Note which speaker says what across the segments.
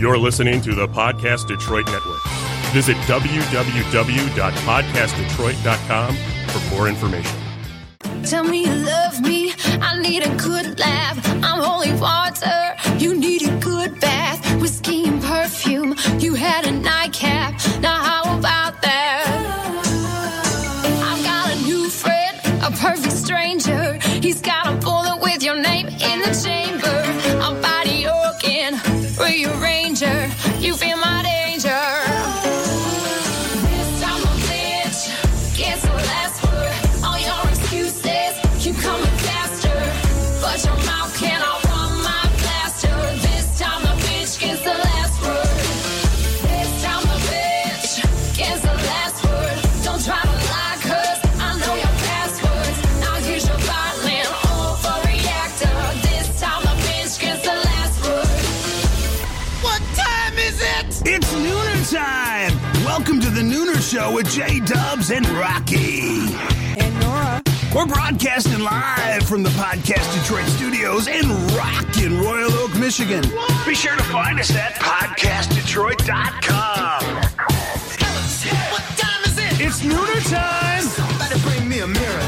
Speaker 1: You're listening to the Podcast Detroit Network. Visit www.podcastdetroit.com for more information.
Speaker 2: Tell me you love me. I need a good laugh. I'm holy water. You need a good bath. Whiskey and perfume. You had a nightcap. Now, how about that? I've got a new friend, a perfect stranger. He's got a bullet with your name in the chamber. I'm body organ, rearranger. You feel my danger. This time I'll bitch. It's the last word. All your excuses keep coming faster. But your mouth cannot run my plaster. This time the bitch gets the last word. This time the bitch gets the last word. Don't try to lie, cause I know your passwords. Now here's your violin overreactor. This time the bitch gets the last word.
Speaker 3: What time is it? It's nooner time. Welcome to the Nooner Show with Jay Dubs and Rocky.
Speaker 4: And Nora.
Speaker 3: We're broadcasting live from the Podcast Detroit studios in Rockin' Royal Oak, Michigan. Be sure to find us at podcastdetroit.com.
Speaker 4: What time is it?
Speaker 3: It's nooner time.
Speaker 4: Somebody bring me a mirror.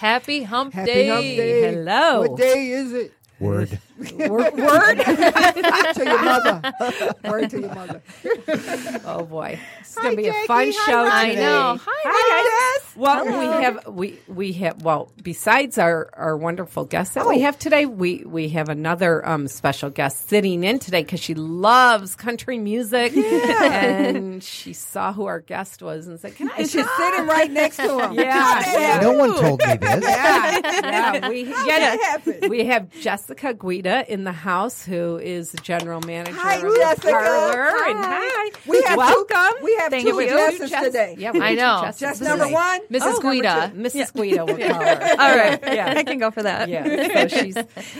Speaker 5: Happy hump
Speaker 6: Happy
Speaker 5: day.
Speaker 6: hump day.
Speaker 5: Hello.
Speaker 6: What day is it?
Speaker 7: Word.
Speaker 5: Word? word?
Speaker 6: Word to your mother. Word to your mother.
Speaker 5: oh boy. It's
Speaker 6: Hi,
Speaker 5: going to be
Speaker 6: Jackie.
Speaker 5: a fun
Speaker 6: Hi,
Speaker 5: show
Speaker 6: Rocky.
Speaker 5: today.
Speaker 6: I know.
Speaker 5: Hi,
Speaker 6: Hi,
Speaker 5: guys. Well,
Speaker 6: Hello.
Speaker 5: we have we we have well, besides our our wonderful guest that
Speaker 6: Oh.
Speaker 5: we have today, we we have another um special guest sitting in today cuz she loves country music and she saw who our guest was and said, "Can I
Speaker 6: And
Speaker 5: just
Speaker 6: she's sitting right next to him.
Speaker 5: Yeah.
Speaker 6: Yeah.
Speaker 7: No one told me this.
Speaker 5: yeah, we, yeah,
Speaker 6: happen?
Speaker 5: we have Jessica Guida in the house, who is the general manager
Speaker 6: Hi,
Speaker 5: of the
Speaker 6: Jessica.
Speaker 5: parlor.
Speaker 6: Hi.
Speaker 5: And hi,
Speaker 6: We have two-
Speaker 5: welcome.
Speaker 6: we have
Speaker 5: Thank
Speaker 6: two
Speaker 5: you.
Speaker 6: Jesses
Speaker 5: Jess-
Speaker 6: today.
Speaker 5: Yeah, we
Speaker 8: I
Speaker 5: have two
Speaker 8: know.
Speaker 5: Jesses
Speaker 6: Jess number
Speaker 5: today.
Speaker 6: one.
Speaker 8: Mrs.
Speaker 5: Oh,
Speaker 8: Oh. Guida.
Speaker 5: Mrs. Guida will call her.
Speaker 8: All right.
Speaker 5: Yeah.
Speaker 8: I can go for that.
Speaker 5: Yeah, so she's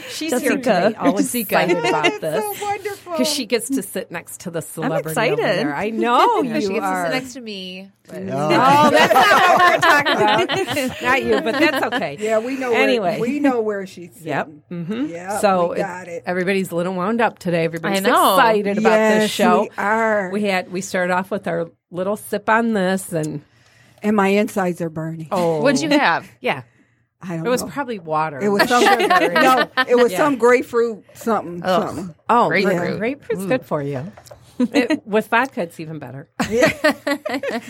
Speaker 5: she's here
Speaker 8: Jessica.
Speaker 5: today, all
Speaker 8: Jessica.
Speaker 5: excited about
Speaker 6: So
Speaker 5: this
Speaker 6: wonderful.
Speaker 5: because she gets to sit next to the celebrity. over
Speaker 8: excited.
Speaker 5: there. I know
Speaker 8: Oh,
Speaker 5: you
Speaker 8: she gets to
Speaker 5: are.
Speaker 8: sit next to me. but-
Speaker 5: oh, that's not what we're talking about. not you, but that's okay.
Speaker 6: yeah, we know. where,
Speaker 5: Anyway.
Speaker 6: we know where she's. Sitting.
Speaker 5: Yep. Mm-hmm.
Speaker 6: Yeah.
Speaker 5: so
Speaker 6: we
Speaker 5: it-
Speaker 6: got it.
Speaker 5: everybody's a little wound up today. Everybody's
Speaker 8: I know.
Speaker 5: excited about this
Speaker 6: Yes,
Speaker 5: show.
Speaker 6: we are.
Speaker 5: We had we started off with our little sip on this, and
Speaker 6: and my insides are burning.
Speaker 5: oh,
Speaker 8: What'd you have?
Speaker 5: Yeah,
Speaker 6: I don't
Speaker 5: it was
Speaker 6: know.
Speaker 5: probably water.
Speaker 6: It was some no. It was some grapefruit something. Something.
Speaker 5: oh,
Speaker 8: Grapefruit.
Speaker 5: yeah, grapefruit's
Speaker 6: Mm.
Speaker 5: good for you. It- with vodka, it's even better.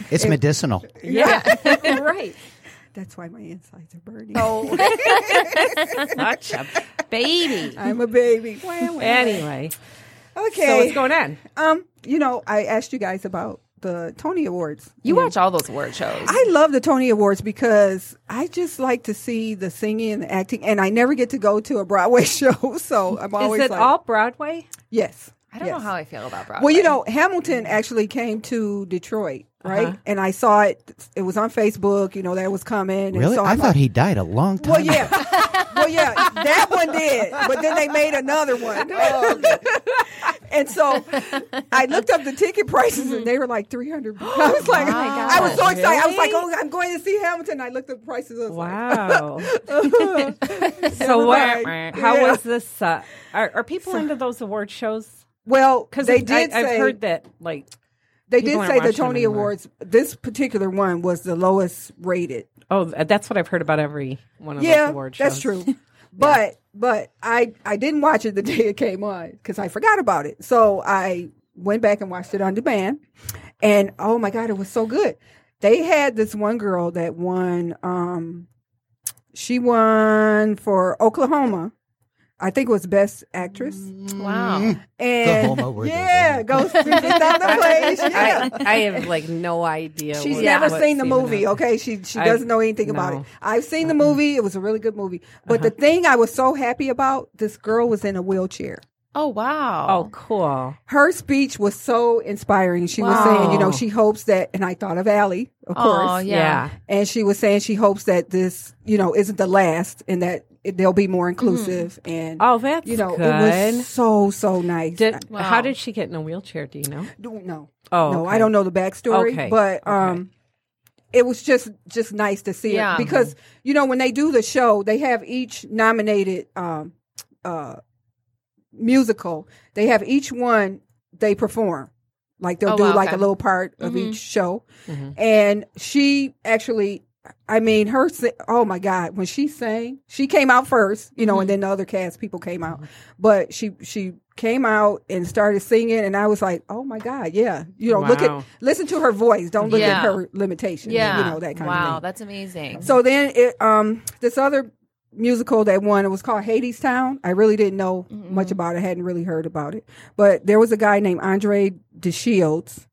Speaker 7: It's medicinal.
Speaker 5: Yeah, right. Oh.
Speaker 6: That's why my insides are burning.
Speaker 5: Such a baby.
Speaker 6: I'm a baby. Wah, wah.
Speaker 5: Anyway,
Speaker 6: Uh, Okay.
Speaker 5: so what's going on?
Speaker 6: Um, you know, I asked you guys about the Tony Awards.
Speaker 8: You watch all those award shows.
Speaker 6: I love the Tony Awards because I just like to see the singing and the acting, and I never get to go to a Broadway show, so I'm always
Speaker 5: Is it
Speaker 6: like,
Speaker 5: all Broadway?
Speaker 6: yes.
Speaker 8: I don't know
Speaker 6: yes.
Speaker 8: how I feel about Broadway.
Speaker 6: Well, you know, Hamilton actually came to Detroit, right?
Speaker 8: Uh-huh.
Speaker 6: And I saw it. It was on Facebook. You know, that was coming. And
Speaker 7: Really?
Speaker 6: so
Speaker 7: I
Speaker 6: I'm
Speaker 7: thought
Speaker 6: like,
Speaker 7: he died a long time
Speaker 6: Well,
Speaker 7: ago.
Speaker 6: yeah. well, yeah. That one did, but then they made another one.
Speaker 5: Oh,
Speaker 6: and so I looked up the ticket prices, and they were like three hundred.
Speaker 5: Oh
Speaker 6: I was like, I was so excited. I was like, oh, I'm going to see Hamilton. I looked up the prices. I was like,
Speaker 5: Wow. so what?
Speaker 6: mind.
Speaker 5: How
Speaker 6: Yeah.
Speaker 5: was this? Uh, are, are people into those award shows?
Speaker 6: well, because
Speaker 5: Because
Speaker 6: they did
Speaker 5: I've
Speaker 6: say
Speaker 5: heard that like
Speaker 6: they
Speaker 5: people
Speaker 6: did
Speaker 5: aren't
Speaker 6: say the
Speaker 5: watching them
Speaker 6: Tony
Speaker 5: anymore.
Speaker 6: Awards. This particular one was the lowest rated.
Speaker 5: oh th- that's what I've heard about every one of
Speaker 6: yeah,
Speaker 5: those award shows.
Speaker 6: that's true. But but I I didn't watch it the day it came on because I forgot about it. So I went back and watched it on demand, and oh my god, it was so good. They had this one girl that won. Um, she won for Oklahoma. I think it was best actress.
Speaker 8: Mm. wow.
Speaker 6: Mm. And
Speaker 7: Oklahoma were the
Speaker 6: yeah,
Speaker 7: winner.
Speaker 6: goes to the place. Yeah.
Speaker 5: I, I have like no idea.
Speaker 6: She's
Speaker 5: what-
Speaker 6: never
Speaker 5: what's
Speaker 6: seen the
Speaker 5: even
Speaker 6: movie.
Speaker 5: up.
Speaker 6: Okay, she she
Speaker 5: I've-
Speaker 6: doesn't know anything about
Speaker 5: no.
Speaker 6: it. I've seen
Speaker 5: Uh-huh.
Speaker 6: the movie. It was a really good movie. But the thing I was so happy about, this girl was in a wheelchair.
Speaker 8: Oh wow.
Speaker 5: Oh, cool.
Speaker 6: her speech was so inspiring. She was
Speaker 5: Wow.
Speaker 6: saying, you know, she hopes that, and I thought of Allie, of
Speaker 8: Oh,
Speaker 6: course.
Speaker 8: yeah.
Speaker 5: Yeah.
Speaker 6: And she was saying she hopes that this, you know, isn't the last and that it, they'll be more inclusive. And,
Speaker 5: Mm-hmm. Oh, that's
Speaker 6: you know, it
Speaker 5: good.
Speaker 6: was so, so nice. I
Speaker 5: Did,
Speaker 8: Wow.
Speaker 5: How did she get in a wheelchair? Do you know?
Speaker 6: don't know.
Speaker 5: Oh,
Speaker 6: no,
Speaker 5: okay.
Speaker 6: I don't know the backstory,
Speaker 5: Okay.
Speaker 6: but, um, It was just just nice to see
Speaker 8: Yeah.
Speaker 6: it because you know when they do the show they have each nominated um, uh, musical they have each one they perform like they'll
Speaker 8: Oh,
Speaker 6: do
Speaker 8: wow,
Speaker 6: like
Speaker 8: okay. Mm-hmm.
Speaker 6: a little part of
Speaker 8: Mhm.
Speaker 6: each show
Speaker 5: Mhm.
Speaker 6: and she actually i mean her si- oh my god when she sang she came out first you know and
Speaker 8: Mm-hmm.
Speaker 6: then the other cast people came out but she she came out and started singing and i was like oh my god yeah you know look
Speaker 5: Wow.
Speaker 6: at listen to her voice don't look
Speaker 8: Yeah.
Speaker 6: at her limitations
Speaker 8: yeah.
Speaker 6: you know that kind
Speaker 8: wow,
Speaker 6: of thing
Speaker 8: that's amazing.
Speaker 6: so then it um this other musical that won it was called Hades Town. I really didn't know much about it, hadn't really heard about it. But there was a guy named Andre DeShields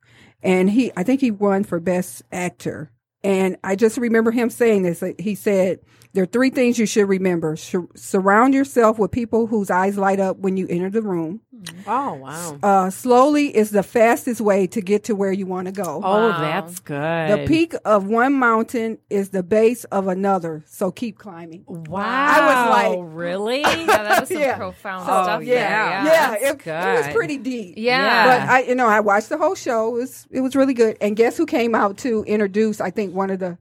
Speaker 6: and he I think he won for best actor. And I just remember him saying this. Like, He said, "There are three things you should remember: Sur- surround yourself with people whose eyes light up when you enter the room.
Speaker 5: Oh, wow.
Speaker 6: Uh, slowly is the fastest way to get to where you want to go.
Speaker 5: Oh,
Speaker 8: Wow.
Speaker 5: that's good.
Speaker 6: The peak of one mountain is the base of another, so keep climbing.
Speaker 5: Wow.
Speaker 6: I was like-
Speaker 5: really?
Speaker 8: yeah, that was some
Speaker 6: Yeah.
Speaker 8: profound
Speaker 5: Oh,
Speaker 8: stuff.
Speaker 5: yeah.
Speaker 8: there,
Speaker 5: Yeah.
Speaker 8: Yeah.
Speaker 6: yeah,
Speaker 5: that's
Speaker 6: it, it was
Speaker 5: good.
Speaker 6: pretty deep.
Speaker 8: Yeah.
Speaker 6: but I, you know, I watched the whole show. It was it was really good. And guess who came out to introduce? I think one of the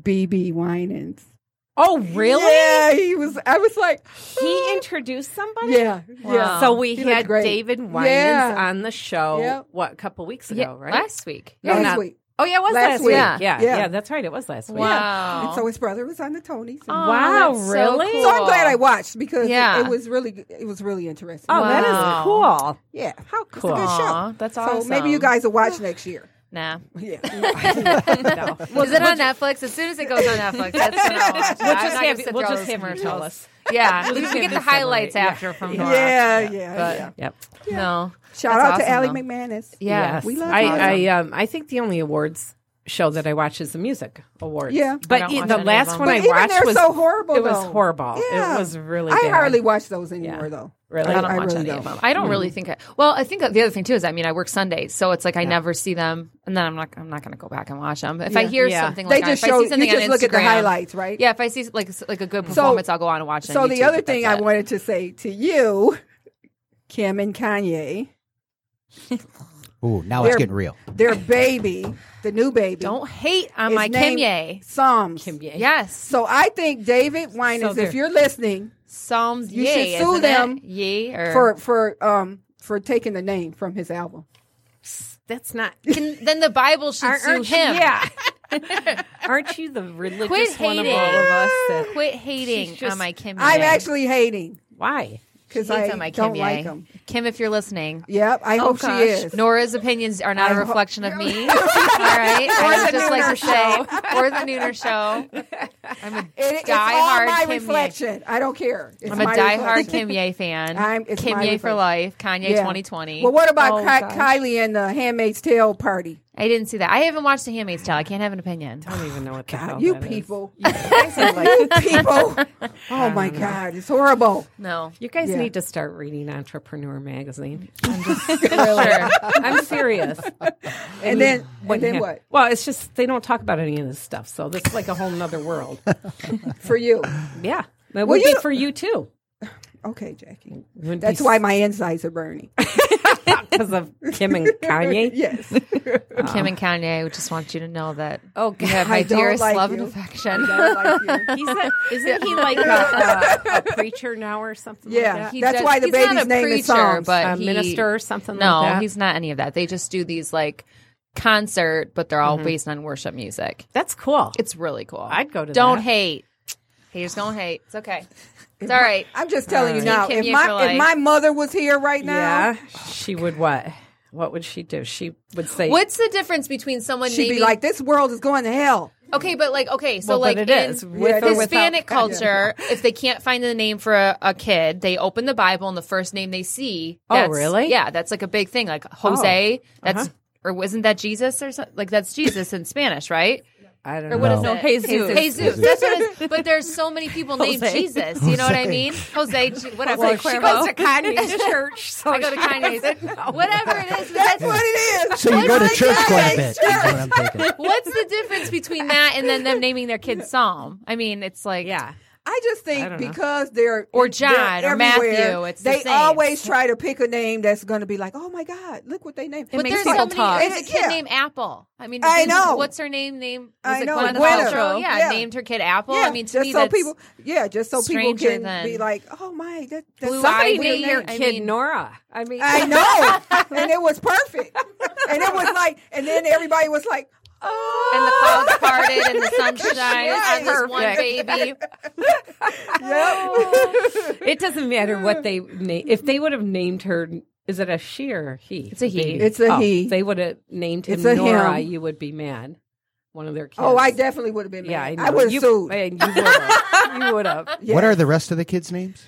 Speaker 6: BB Winans.
Speaker 5: Oh, really?
Speaker 6: Yeah, he was. I was like,
Speaker 5: He introduced somebody?
Speaker 6: yeah, yeah.
Speaker 8: Wow.
Speaker 5: So we
Speaker 6: He looked
Speaker 5: had
Speaker 6: great.
Speaker 5: David Winans
Speaker 6: Yeah.
Speaker 5: on the show,
Speaker 6: Yep.
Speaker 5: what, a couple weeks ago,
Speaker 8: Yeah,
Speaker 5: right?
Speaker 8: Last week.
Speaker 5: No,
Speaker 6: Last
Speaker 5: not-
Speaker 6: week.
Speaker 5: Oh, yeah, it was
Speaker 6: Last
Speaker 5: last, week.
Speaker 6: week.
Speaker 5: Yeah. Yeah.
Speaker 8: Yeah.
Speaker 6: Yeah.
Speaker 5: that's right. It was last week.
Speaker 8: Wow.
Speaker 6: And so his brother was on the Tonys.
Speaker 8: Oh,
Speaker 5: Wow,
Speaker 8: that's so
Speaker 5: really?
Speaker 8: cool.
Speaker 6: so I'm glad I watched because it-
Speaker 8: Yeah.
Speaker 6: it, was really good- it was really interesting.
Speaker 5: Oh, that is
Speaker 8: Wow.
Speaker 5: cool.
Speaker 6: yeah, how
Speaker 5: cool.
Speaker 6: It's a good show.
Speaker 8: Aw, that's
Speaker 6: so
Speaker 8: awesome.
Speaker 6: maybe you guys will watch next year.
Speaker 8: Nah.
Speaker 6: Yeah.
Speaker 8: Is it on Netflix? As soon as it goes on Netflix, that's when I'll, I'm
Speaker 5: We'll
Speaker 8: not
Speaker 5: just
Speaker 8: gonna
Speaker 5: have-
Speaker 8: sit through all
Speaker 5: we'll just
Speaker 8: those
Speaker 5: have you tell
Speaker 8: commercials.
Speaker 5: us.
Speaker 8: Yeah,
Speaker 5: We'll
Speaker 8: we
Speaker 5: just
Speaker 8: can get
Speaker 5: have
Speaker 8: the
Speaker 5: you summary.
Speaker 8: highlights
Speaker 5: Yeah.
Speaker 8: after from Nora.
Speaker 6: yeah, yeah,
Speaker 8: But-
Speaker 6: yeah.
Speaker 5: Yep.
Speaker 8: No.
Speaker 6: Shout
Speaker 8: That's
Speaker 6: out to
Speaker 8: awesome,
Speaker 6: Allie
Speaker 8: though.
Speaker 6: McManus.
Speaker 8: Yeah.
Speaker 5: Yes.
Speaker 6: We love
Speaker 5: I,
Speaker 6: Awesome.
Speaker 5: I, um, I think the only awards show that I watch is the music awards.
Speaker 6: Yeah.
Speaker 8: I
Speaker 5: But
Speaker 8: don't
Speaker 5: e-
Speaker 8: watch
Speaker 5: the
Speaker 8: any of
Speaker 5: last
Speaker 8: them.
Speaker 5: one
Speaker 8: But
Speaker 5: I
Speaker 6: even
Speaker 5: watched
Speaker 6: they're
Speaker 5: was
Speaker 6: so horrible,
Speaker 5: It was
Speaker 6: though.
Speaker 5: horrible.
Speaker 6: Yeah.
Speaker 5: It was really
Speaker 6: I
Speaker 5: bad.
Speaker 6: hardly watch those anymore, though.
Speaker 5: Really?
Speaker 8: I don't
Speaker 6: I
Speaker 8: watch
Speaker 6: really
Speaker 8: any of
Speaker 6: don't.
Speaker 8: them. I don't really think. I, well, I think the other thing too is, I mean, I work Sundays, so it's like I never see them, and then I'm not, I'm not going to go back and watch them. If I hear
Speaker 5: Yeah.
Speaker 8: something,
Speaker 6: They
Speaker 8: like
Speaker 6: just
Speaker 8: if
Speaker 6: show
Speaker 8: I see
Speaker 6: you
Speaker 8: something
Speaker 6: just
Speaker 8: on
Speaker 6: look at the
Speaker 8: Instagram-
Speaker 6: highlights, right?
Speaker 8: Yeah, if I see like s- like a good performance, I'll go on and watch. it
Speaker 6: So
Speaker 8: on
Speaker 6: the
Speaker 8: YouTube,
Speaker 6: other
Speaker 8: but
Speaker 6: thing
Speaker 8: that's
Speaker 6: I
Speaker 8: it.
Speaker 6: wanted to say to you, Kim and Kanye,
Speaker 7: Ooh, now
Speaker 6: They're-
Speaker 7: it's getting real.
Speaker 6: their baby, the new baby,
Speaker 8: don't hate on
Speaker 6: is
Speaker 8: my
Speaker 6: named
Speaker 8: Kimye.
Speaker 6: Psalms.
Speaker 8: Yes,
Speaker 6: So I think David Winans,
Speaker 5: they're-
Speaker 6: if you're listening,
Speaker 8: Psalms.
Speaker 6: You
Speaker 8: yay,
Speaker 6: should sue
Speaker 8: isn't
Speaker 6: them
Speaker 8: it? Yay, or
Speaker 6: for for um for taking the name from his album.
Speaker 5: That's not.
Speaker 8: Can- then the Bible should
Speaker 5: Aren't-
Speaker 8: sue
Speaker 5: aren't you-
Speaker 8: him.
Speaker 5: Yeah. Aren't you the religious
Speaker 8: quit
Speaker 5: one
Speaker 8: hating.
Speaker 5: of all of us? that-
Speaker 8: Quit hating
Speaker 5: just-
Speaker 8: on my Kimye.
Speaker 6: I'm actually hating
Speaker 5: why?
Speaker 6: because I
Speaker 8: hates on my Oh,
Speaker 6: don't
Speaker 8: Kimye.
Speaker 6: like him.
Speaker 8: Kim, if you're listening,
Speaker 6: Yep, I hope she is.
Speaker 8: Nora's opinions are not a
Speaker 6: ho-
Speaker 8: reflection of me. All right. I would
Speaker 6: the
Speaker 8: just like
Speaker 6: Nooner
Speaker 8: to say, or the Nooner Show. I'm a
Speaker 6: It- it's all
Speaker 8: diehard
Speaker 6: my
Speaker 8: Kim Ye.
Speaker 6: reflection. I don't care. It's
Speaker 8: I'm a
Speaker 6: my
Speaker 8: diehard
Speaker 6: reflection.
Speaker 8: Kim Ye fan.
Speaker 6: I'm- it's
Speaker 8: Kim
Speaker 6: my
Speaker 8: Ye for
Speaker 6: reflection.
Speaker 8: life. Kanye
Speaker 6: Yeah.
Speaker 8: 2020.
Speaker 6: Well, what about
Speaker 5: Oh,
Speaker 6: Ki-
Speaker 5: gosh.
Speaker 6: Kylie and the Handmaid's Tale party?
Speaker 8: I didn't see that. I haven't watched The Handmaid's Tale. I can't have an opinion.
Speaker 5: I don't even know what the hell
Speaker 6: you
Speaker 5: that is.
Speaker 6: people, you guys are like, you people. Oh my God, it's horrible.
Speaker 8: No.
Speaker 5: You guys
Speaker 6: Yeah.
Speaker 5: need to start reading Entrepreneur Magazine.
Speaker 8: Sure.
Speaker 5: I'm serious.
Speaker 6: And then, and then
Speaker 5: Yeah.
Speaker 6: what
Speaker 5: Well, it's just they don't talk about any of this stuff, so this is like a whole nother world.
Speaker 6: for you?
Speaker 5: yeah, that
Speaker 6: Well,
Speaker 5: would
Speaker 6: you
Speaker 5: be
Speaker 6: know-
Speaker 5: for you too.
Speaker 6: Okay, Jackie.
Speaker 5: It wouldn't be
Speaker 6: That's why my insides are burning.
Speaker 5: because of Kim and Kanye.
Speaker 6: yes,
Speaker 8: Kim and Kanye, I just want you to know that
Speaker 5: Oh
Speaker 8: you have
Speaker 5: God,
Speaker 8: my
Speaker 6: don't
Speaker 8: dearest
Speaker 6: like
Speaker 8: love
Speaker 6: you.
Speaker 8: and affection.
Speaker 6: I don't like you.
Speaker 5: he's a, isn't he like a, a, a preacher now or something? like
Speaker 6: Yeah,
Speaker 5: that?
Speaker 6: That's
Speaker 8: does-
Speaker 6: why the
Speaker 8: he's not
Speaker 6: baby's
Speaker 8: a
Speaker 6: name is
Speaker 8: preacher,
Speaker 6: Psalms.
Speaker 8: but
Speaker 5: A
Speaker 8: he-
Speaker 5: minister or something like
Speaker 8: No,
Speaker 5: that?
Speaker 8: he's not any of that. They just do these like concert, but they're all based on worship music.
Speaker 5: that's cool.
Speaker 8: It's really cool.
Speaker 5: Mm-hmm. I'd go to
Speaker 8: Don't
Speaker 5: that.
Speaker 8: hate. Haters don't hate. It's okay. It's all right.
Speaker 6: I'm just telling
Speaker 5: Uh,
Speaker 6: you
Speaker 8: All
Speaker 6: now.
Speaker 8: right.
Speaker 6: If
Speaker 8: Kim Ye for
Speaker 6: my if
Speaker 8: life.
Speaker 6: my mother was here right now,
Speaker 5: yeah, she would what? What would she do? She would say,
Speaker 8: What's the difference between someone
Speaker 6: she'd
Speaker 8: naming
Speaker 6: be like, "This world is going to hell."
Speaker 8: okay, but like okay, so
Speaker 5: Well,
Speaker 8: like
Speaker 5: but it
Speaker 8: in
Speaker 5: is, with
Speaker 6: or without
Speaker 8: Hispanic
Speaker 6: Kanye.
Speaker 8: culture, if they can't find the name for a, a kid, they open the Bible and the first name they see.
Speaker 5: Oh,
Speaker 8: that's-
Speaker 5: really?
Speaker 8: Yeah, that's like a big
Speaker 6: Uh-huh.
Speaker 8: thing. Like Jose, that's or wasn't that Jesus or something? Like that's Jesus in Spanish, right?
Speaker 5: I don't
Speaker 8: Or
Speaker 5: know.
Speaker 8: what is
Speaker 7: No.
Speaker 8: it?
Speaker 9: Jesus.
Speaker 8: Jesus.
Speaker 7: Jesus.
Speaker 8: That's what it is. But there's so many people named
Speaker 9: Jose.
Speaker 8: Jesus. You know what I mean? Jose, Je- whatever.
Speaker 9: Jose
Speaker 8: she
Speaker 9: Cuervo.
Speaker 8: goes to
Speaker 5: Kanye's church.
Speaker 6: Oh,
Speaker 5: So
Speaker 8: I go to
Speaker 5: she
Speaker 8: Kanye's.
Speaker 5: doesn't know.
Speaker 8: Whatever it is. but
Speaker 6: That's
Speaker 8: that's-
Speaker 6: what it is.
Speaker 7: So you go to church quite a bit. is what I'm thinking.
Speaker 8: What's the difference between that and then them naming their kid Psalm? I mean, it's like
Speaker 5: Yeah.
Speaker 6: I just think
Speaker 5: don't know.
Speaker 6: because they're
Speaker 8: Or
Speaker 6: they're
Speaker 8: John or
Speaker 6: everywhere,
Speaker 8: Matthew, it's the
Speaker 6: they
Speaker 8: same.
Speaker 6: always try to pick a name that's going to be like, oh my god, look what they named.
Speaker 8: But
Speaker 9: makes
Speaker 8: there's so
Speaker 9: people
Speaker 8: many.
Speaker 9: talk.
Speaker 8: There's a kid
Speaker 6: Yeah.
Speaker 8: named Apple. I mean,
Speaker 6: I
Speaker 8: Vince-
Speaker 6: know.
Speaker 8: What's her name? Name
Speaker 6: I
Speaker 8: was it
Speaker 6: know,
Speaker 8: Oh, Gwyneth
Speaker 6: Gwyneth.
Speaker 8: Paltrow? Yeah,
Speaker 6: Yeah.
Speaker 8: named her kid Apple.
Speaker 6: yeah,
Speaker 8: I mean, to
Speaker 6: just
Speaker 8: me,
Speaker 6: so
Speaker 8: that's
Speaker 6: people, yeah, just so people
Speaker 8: stranger
Speaker 6: can
Speaker 8: than-
Speaker 6: be like, oh my, that, that's
Speaker 8: Blue
Speaker 5: Somebody
Speaker 8: I
Speaker 6: weird
Speaker 8: mean,
Speaker 5: named their
Speaker 8: I
Speaker 5: kid
Speaker 8: mean-
Speaker 5: Nora. I mean,
Speaker 6: I know. and it was perfect. And it was like, and then everybody was like,
Speaker 8: and the
Speaker 6: oh.
Speaker 8: clouds parted and the sun shines on this one
Speaker 5: Perfect.
Speaker 8: baby.
Speaker 5: it doesn't matter what they name. If they would have named her, is it a she or he?
Speaker 8: It's a he.
Speaker 5: Baby.
Speaker 6: It's a
Speaker 5: Oh,
Speaker 6: he.
Speaker 5: if They would have named him
Speaker 6: It's a
Speaker 5: Nora.
Speaker 6: him.
Speaker 5: You would be mad. One of their kids.
Speaker 6: Oh, I definitely would have been.
Speaker 5: Yeah, I,
Speaker 6: mad.
Speaker 5: know.
Speaker 6: I, would
Speaker 5: You-
Speaker 6: have sued.
Speaker 5: man, You would have. You would have.
Speaker 6: Yeah.
Speaker 7: What are the rest of the kids' names?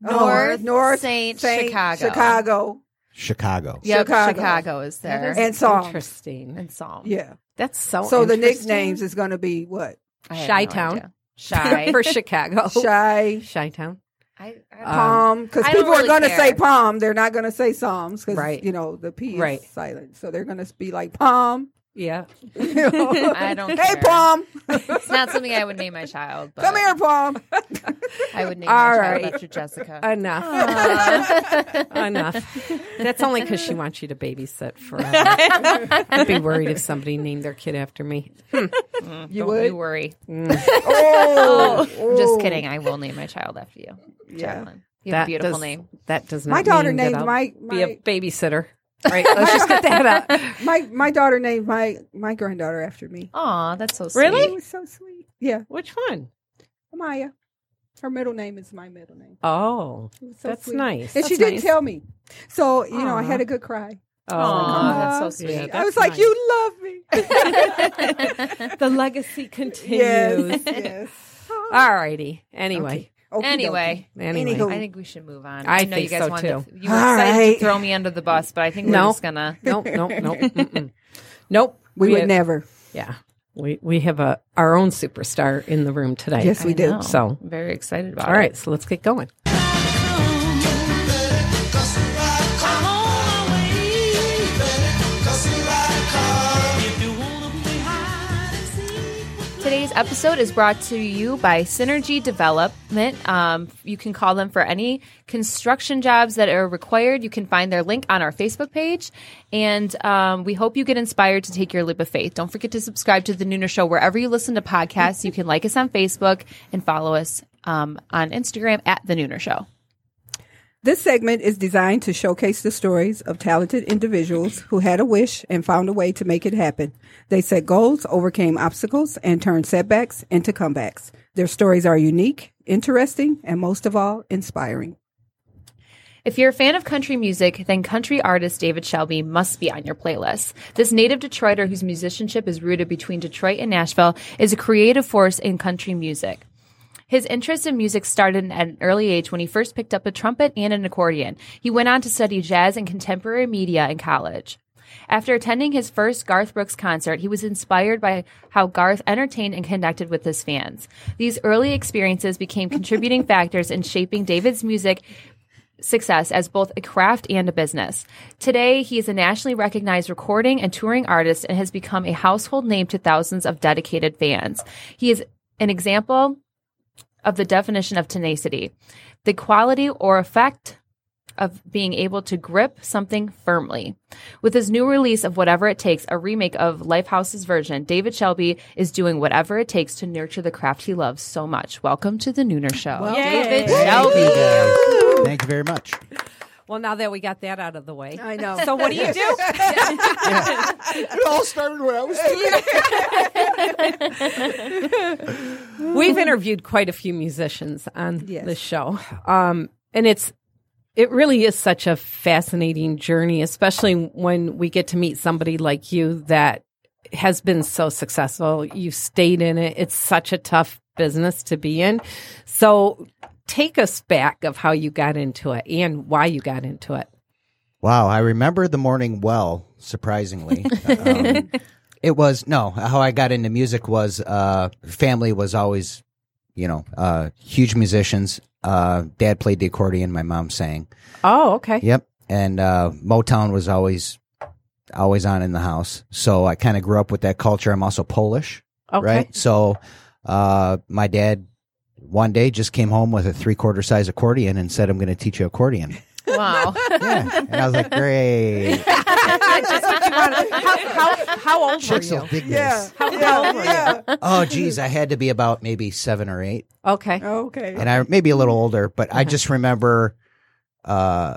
Speaker 8: North,
Speaker 6: North
Speaker 8: Saint, Chicago.
Speaker 6: Chicago,
Speaker 7: Chicago.
Speaker 8: Yep,
Speaker 6: Chicago.
Speaker 8: Chicago is there.
Speaker 6: is- And Psalms.
Speaker 5: Interesting.
Speaker 8: and Psalm.
Speaker 6: Yeah.
Speaker 5: That's so.
Speaker 6: So the
Speaker 5: interesting.
Speaker 6: nicknames is going to be what?
Speaker 8: I have
Speaker 5: Chi
Speaker 8: no
Speaker 5: Town.
Speaker 8: idea. Shy.
Speaker 5: for Chicago.
Speaker 6: Shy,
Speaker 5: Chi Town.
Speaker 8: I, I
Speaker 2: Um,
Speaker 8: don't know.
Speaker 6: Palm, because
Speaker 8: I don't
Speaker 6: people
Speaker 8: really
Speaker 6: are going to
Speaker 8: care.
Speaker 6: say Palm. They're not going to say Psalms because
Speaker 5: Right.
Speaker 6: you know the P is
Speaker 5: Right.
Speaker 6: silent. So they're going to be like Palm.
Speaker 5: Yeah.
Speaker 8: I don't
Speaker 6: Hey,
Speaker 8: care.
Speaker 6: Palm,
Speaker 8: It's not something I would name my child. But
Speaker 6: come here, Palm.
Speaker 8: I would name
Speaker 5: All
Speaker 8: my
Speaker 5: right. Uh,
Speaker 8: child after Jessica.
Speaker 5: Enough.
Speaker 6: Ah.
Speaker 5: Enough. That's only because she wants you to babysit forever. I'd be worried if somebody named their kid after me. Mm.
Speaker 6: You
Speaker 8: Don't
Speaker 6: would.
Speaker 8: you worry.
Speaker 6: Oh,
Speaker 8: I'm
Speaker 6: oh.
Speaker 8: just kidding. I will name my child after you,
Speaker 6: Yeah.
Speaker 8: Jacqueline. You have a beautiful
Speaker 5: does,
Speaker 8: name.
Speaker 5: That does not.
Speaker 6: My daughter
Speaker 5: mean that
Speaker 6: named
Speaker 5: I'll
Speaker 6: my
Speaker 5: be
Speaker 6: my,
Speaker 5: a babysitter. Right. Let's just get that out.
Speaker 6: my my daughter named my my granddaughter after me.
Speaker 8: Aw, that's so sweet.
Speaker 5: Really?
Speaker 6: It was so sweet. Yeah,
Speaker 5: Which one?
Speaker 6: Maya. Her middle name is my middle name.
Speaker 5: Oh,
Speaker 6: It was so
Speaker 5: that's
Speaker 6: sweet.
Speaker 5: nice.
Speaker 6: And she
Speaker 5: That's
Speaker 6: didn't
Speaker 5: nice.
Speaker 6: tell me. So, you know, I
Speaker 5: Aw.
Speaker 6: had a good cry.
Speaker 8: Aw,
Speaker 5: Oh,
Speaker 8: that's so
Speaker 6: Uh,
Speaker 8: sweet.
Speaker 5: Yeah,
Speaker 6: I
Speaker 5: that's
Speaker 6: was like,
Speaker 5: nice.
Speaker 6: you love me.
Speaker 5: the legacy continues.
Speaker 6: yes. yes.
Speaker 5: All righty. Anyway.
Speaker 6: Okey-dokey.
Speaker 8: Anyway,
Speaker 5: Anyway.
Speaker 6: Anywho.
Speaker 8: I think we should move on.
Speaker 5: I
Speaker 8: know you
Speaker 5: think
Speaker 8: guys
Speaker 5: so,
Speaker 8: wanted
Speaker 5: too.
Speaker 8: To, you were
Speaker 6: All
Speaker 8: excited
Speaker 6: right.
Speaker 8: to throw me under the bus, but I think we're
Speaker 5: No.
Speaker 8: just gonna.
Speaker 5: Nope. Nope. Nope. mm-mm. Nope.
Speaker 6: We, would
Speaker 5: have-
Speaker 6: never.
Speaker 5: Yeah. We we have a our own superstar in the room today.
Speaker 6: Yes, we do.
Speaker 8: No,
Speaker 5: So.
Speaker 8: Oh, I'm very excited about
Speaker 5: All
Speaker 8: it.
Speaker 5: right, so let's get going.
Speaker 8: Today's episode is brought to you by Synergy Development. Um, you can call them for any construction jobs that are required. You can find their link on our Facebook page. And um, we hope you get inspired to take your leap of faith. Don't forget to subscribe to The Nooner Show wherever you listen to podcasts. You can like us on Facebook and follow us um, on Instagram at The Nooner Show.
Speaker 6: This segment is designed to showcase the stories of talented individuals who had a wish and found a way to make it happen. They set goals, overcame obstacles, and turned setbacks into comebacks. Their stories are unique, interesting, and most of all, inspiring.
Speaker 8: If you're a fan of country music, then country artist David Shelby must be on your playlist. This native Detroiter whose musicianship is rooted between Detroit and Nashville is a creative force in country music. His interest in music started at an early age when he first picked up a trumpet and an accordion. He went on to study jazz and contemporary media in college. After attending his first Garth Brooks concert, he was inspired by how Garth entertained and connected with his fans. These early experiences became contributing factors in shaping David's music success as both a craft and a business. Today, he is a nationally recognized recording and touring artist and has become a household name to thousands of dedicated fans. He is an example of the definition of tenacity, the quality or effect of being able to grip something firmly. With his new release of Whatever It Takes, a remake of Lifehouse's version, David Shelby is doing whatever it takes to nurture the craft he loves so much. Welcome to the Nooner Show.
Speaker 7: Thank
Speaker 8: David
Speaker 7: you,
Speaker 8: Shelby.
Speaker 7: guys. Thank you very much.
Speaker 5: Well, now that we got that out of the way,
Speaker 6: I know.
Speaker 5: so what do you do?
Speaker 7: It all started when I was three.
Speaker 5: We've interviewed quite a few musicians on
Speaker 6: Yes.
Speaker 5: this show, um, and it's it really is such a fascinating journey, especially when we get to meet somebody like you that has been so successful. You've stayed in it. It's such a tough business to be in. So, take us back of how you got into it and why you got into it.
Speaker 7: Wow, I remember the morning well, surprisingly. Um,
Speaker 9: It was no. How I got into music was uh, family was always, you know, uh, huge musicians. Uh, Dad played the accordion. My mom sang.
Speaker 5: Oh, okay.
Speaker 9: Yep. And uh, Motown was always always on in the house. So I kind of grew up with that culture. I'm also Polish,
Speaker 5: Okay.
Speaker 9: right? So uh, my dad one day just came home with a three quarter size accordion and said, "I'm going to teach you accordion."
Speaker 8: Wow.
Speaker 9: Yeah, and I was like, "Great,
Speaker 5: how, how, how old were
Speaker 9: chicks
Speaker 5: you?
Speaker 9: will dig
Speaker 6: Yeah.
Speaker 9: this."
Speaker 6: yeah, yeah.
Speaker 9: Oh, geez, I had to be about maybe seven or eight.
Speaker 5: Okay.
Speaker 6: Okay.
Speaker 9: and I maybe a little older, but I just remember uh,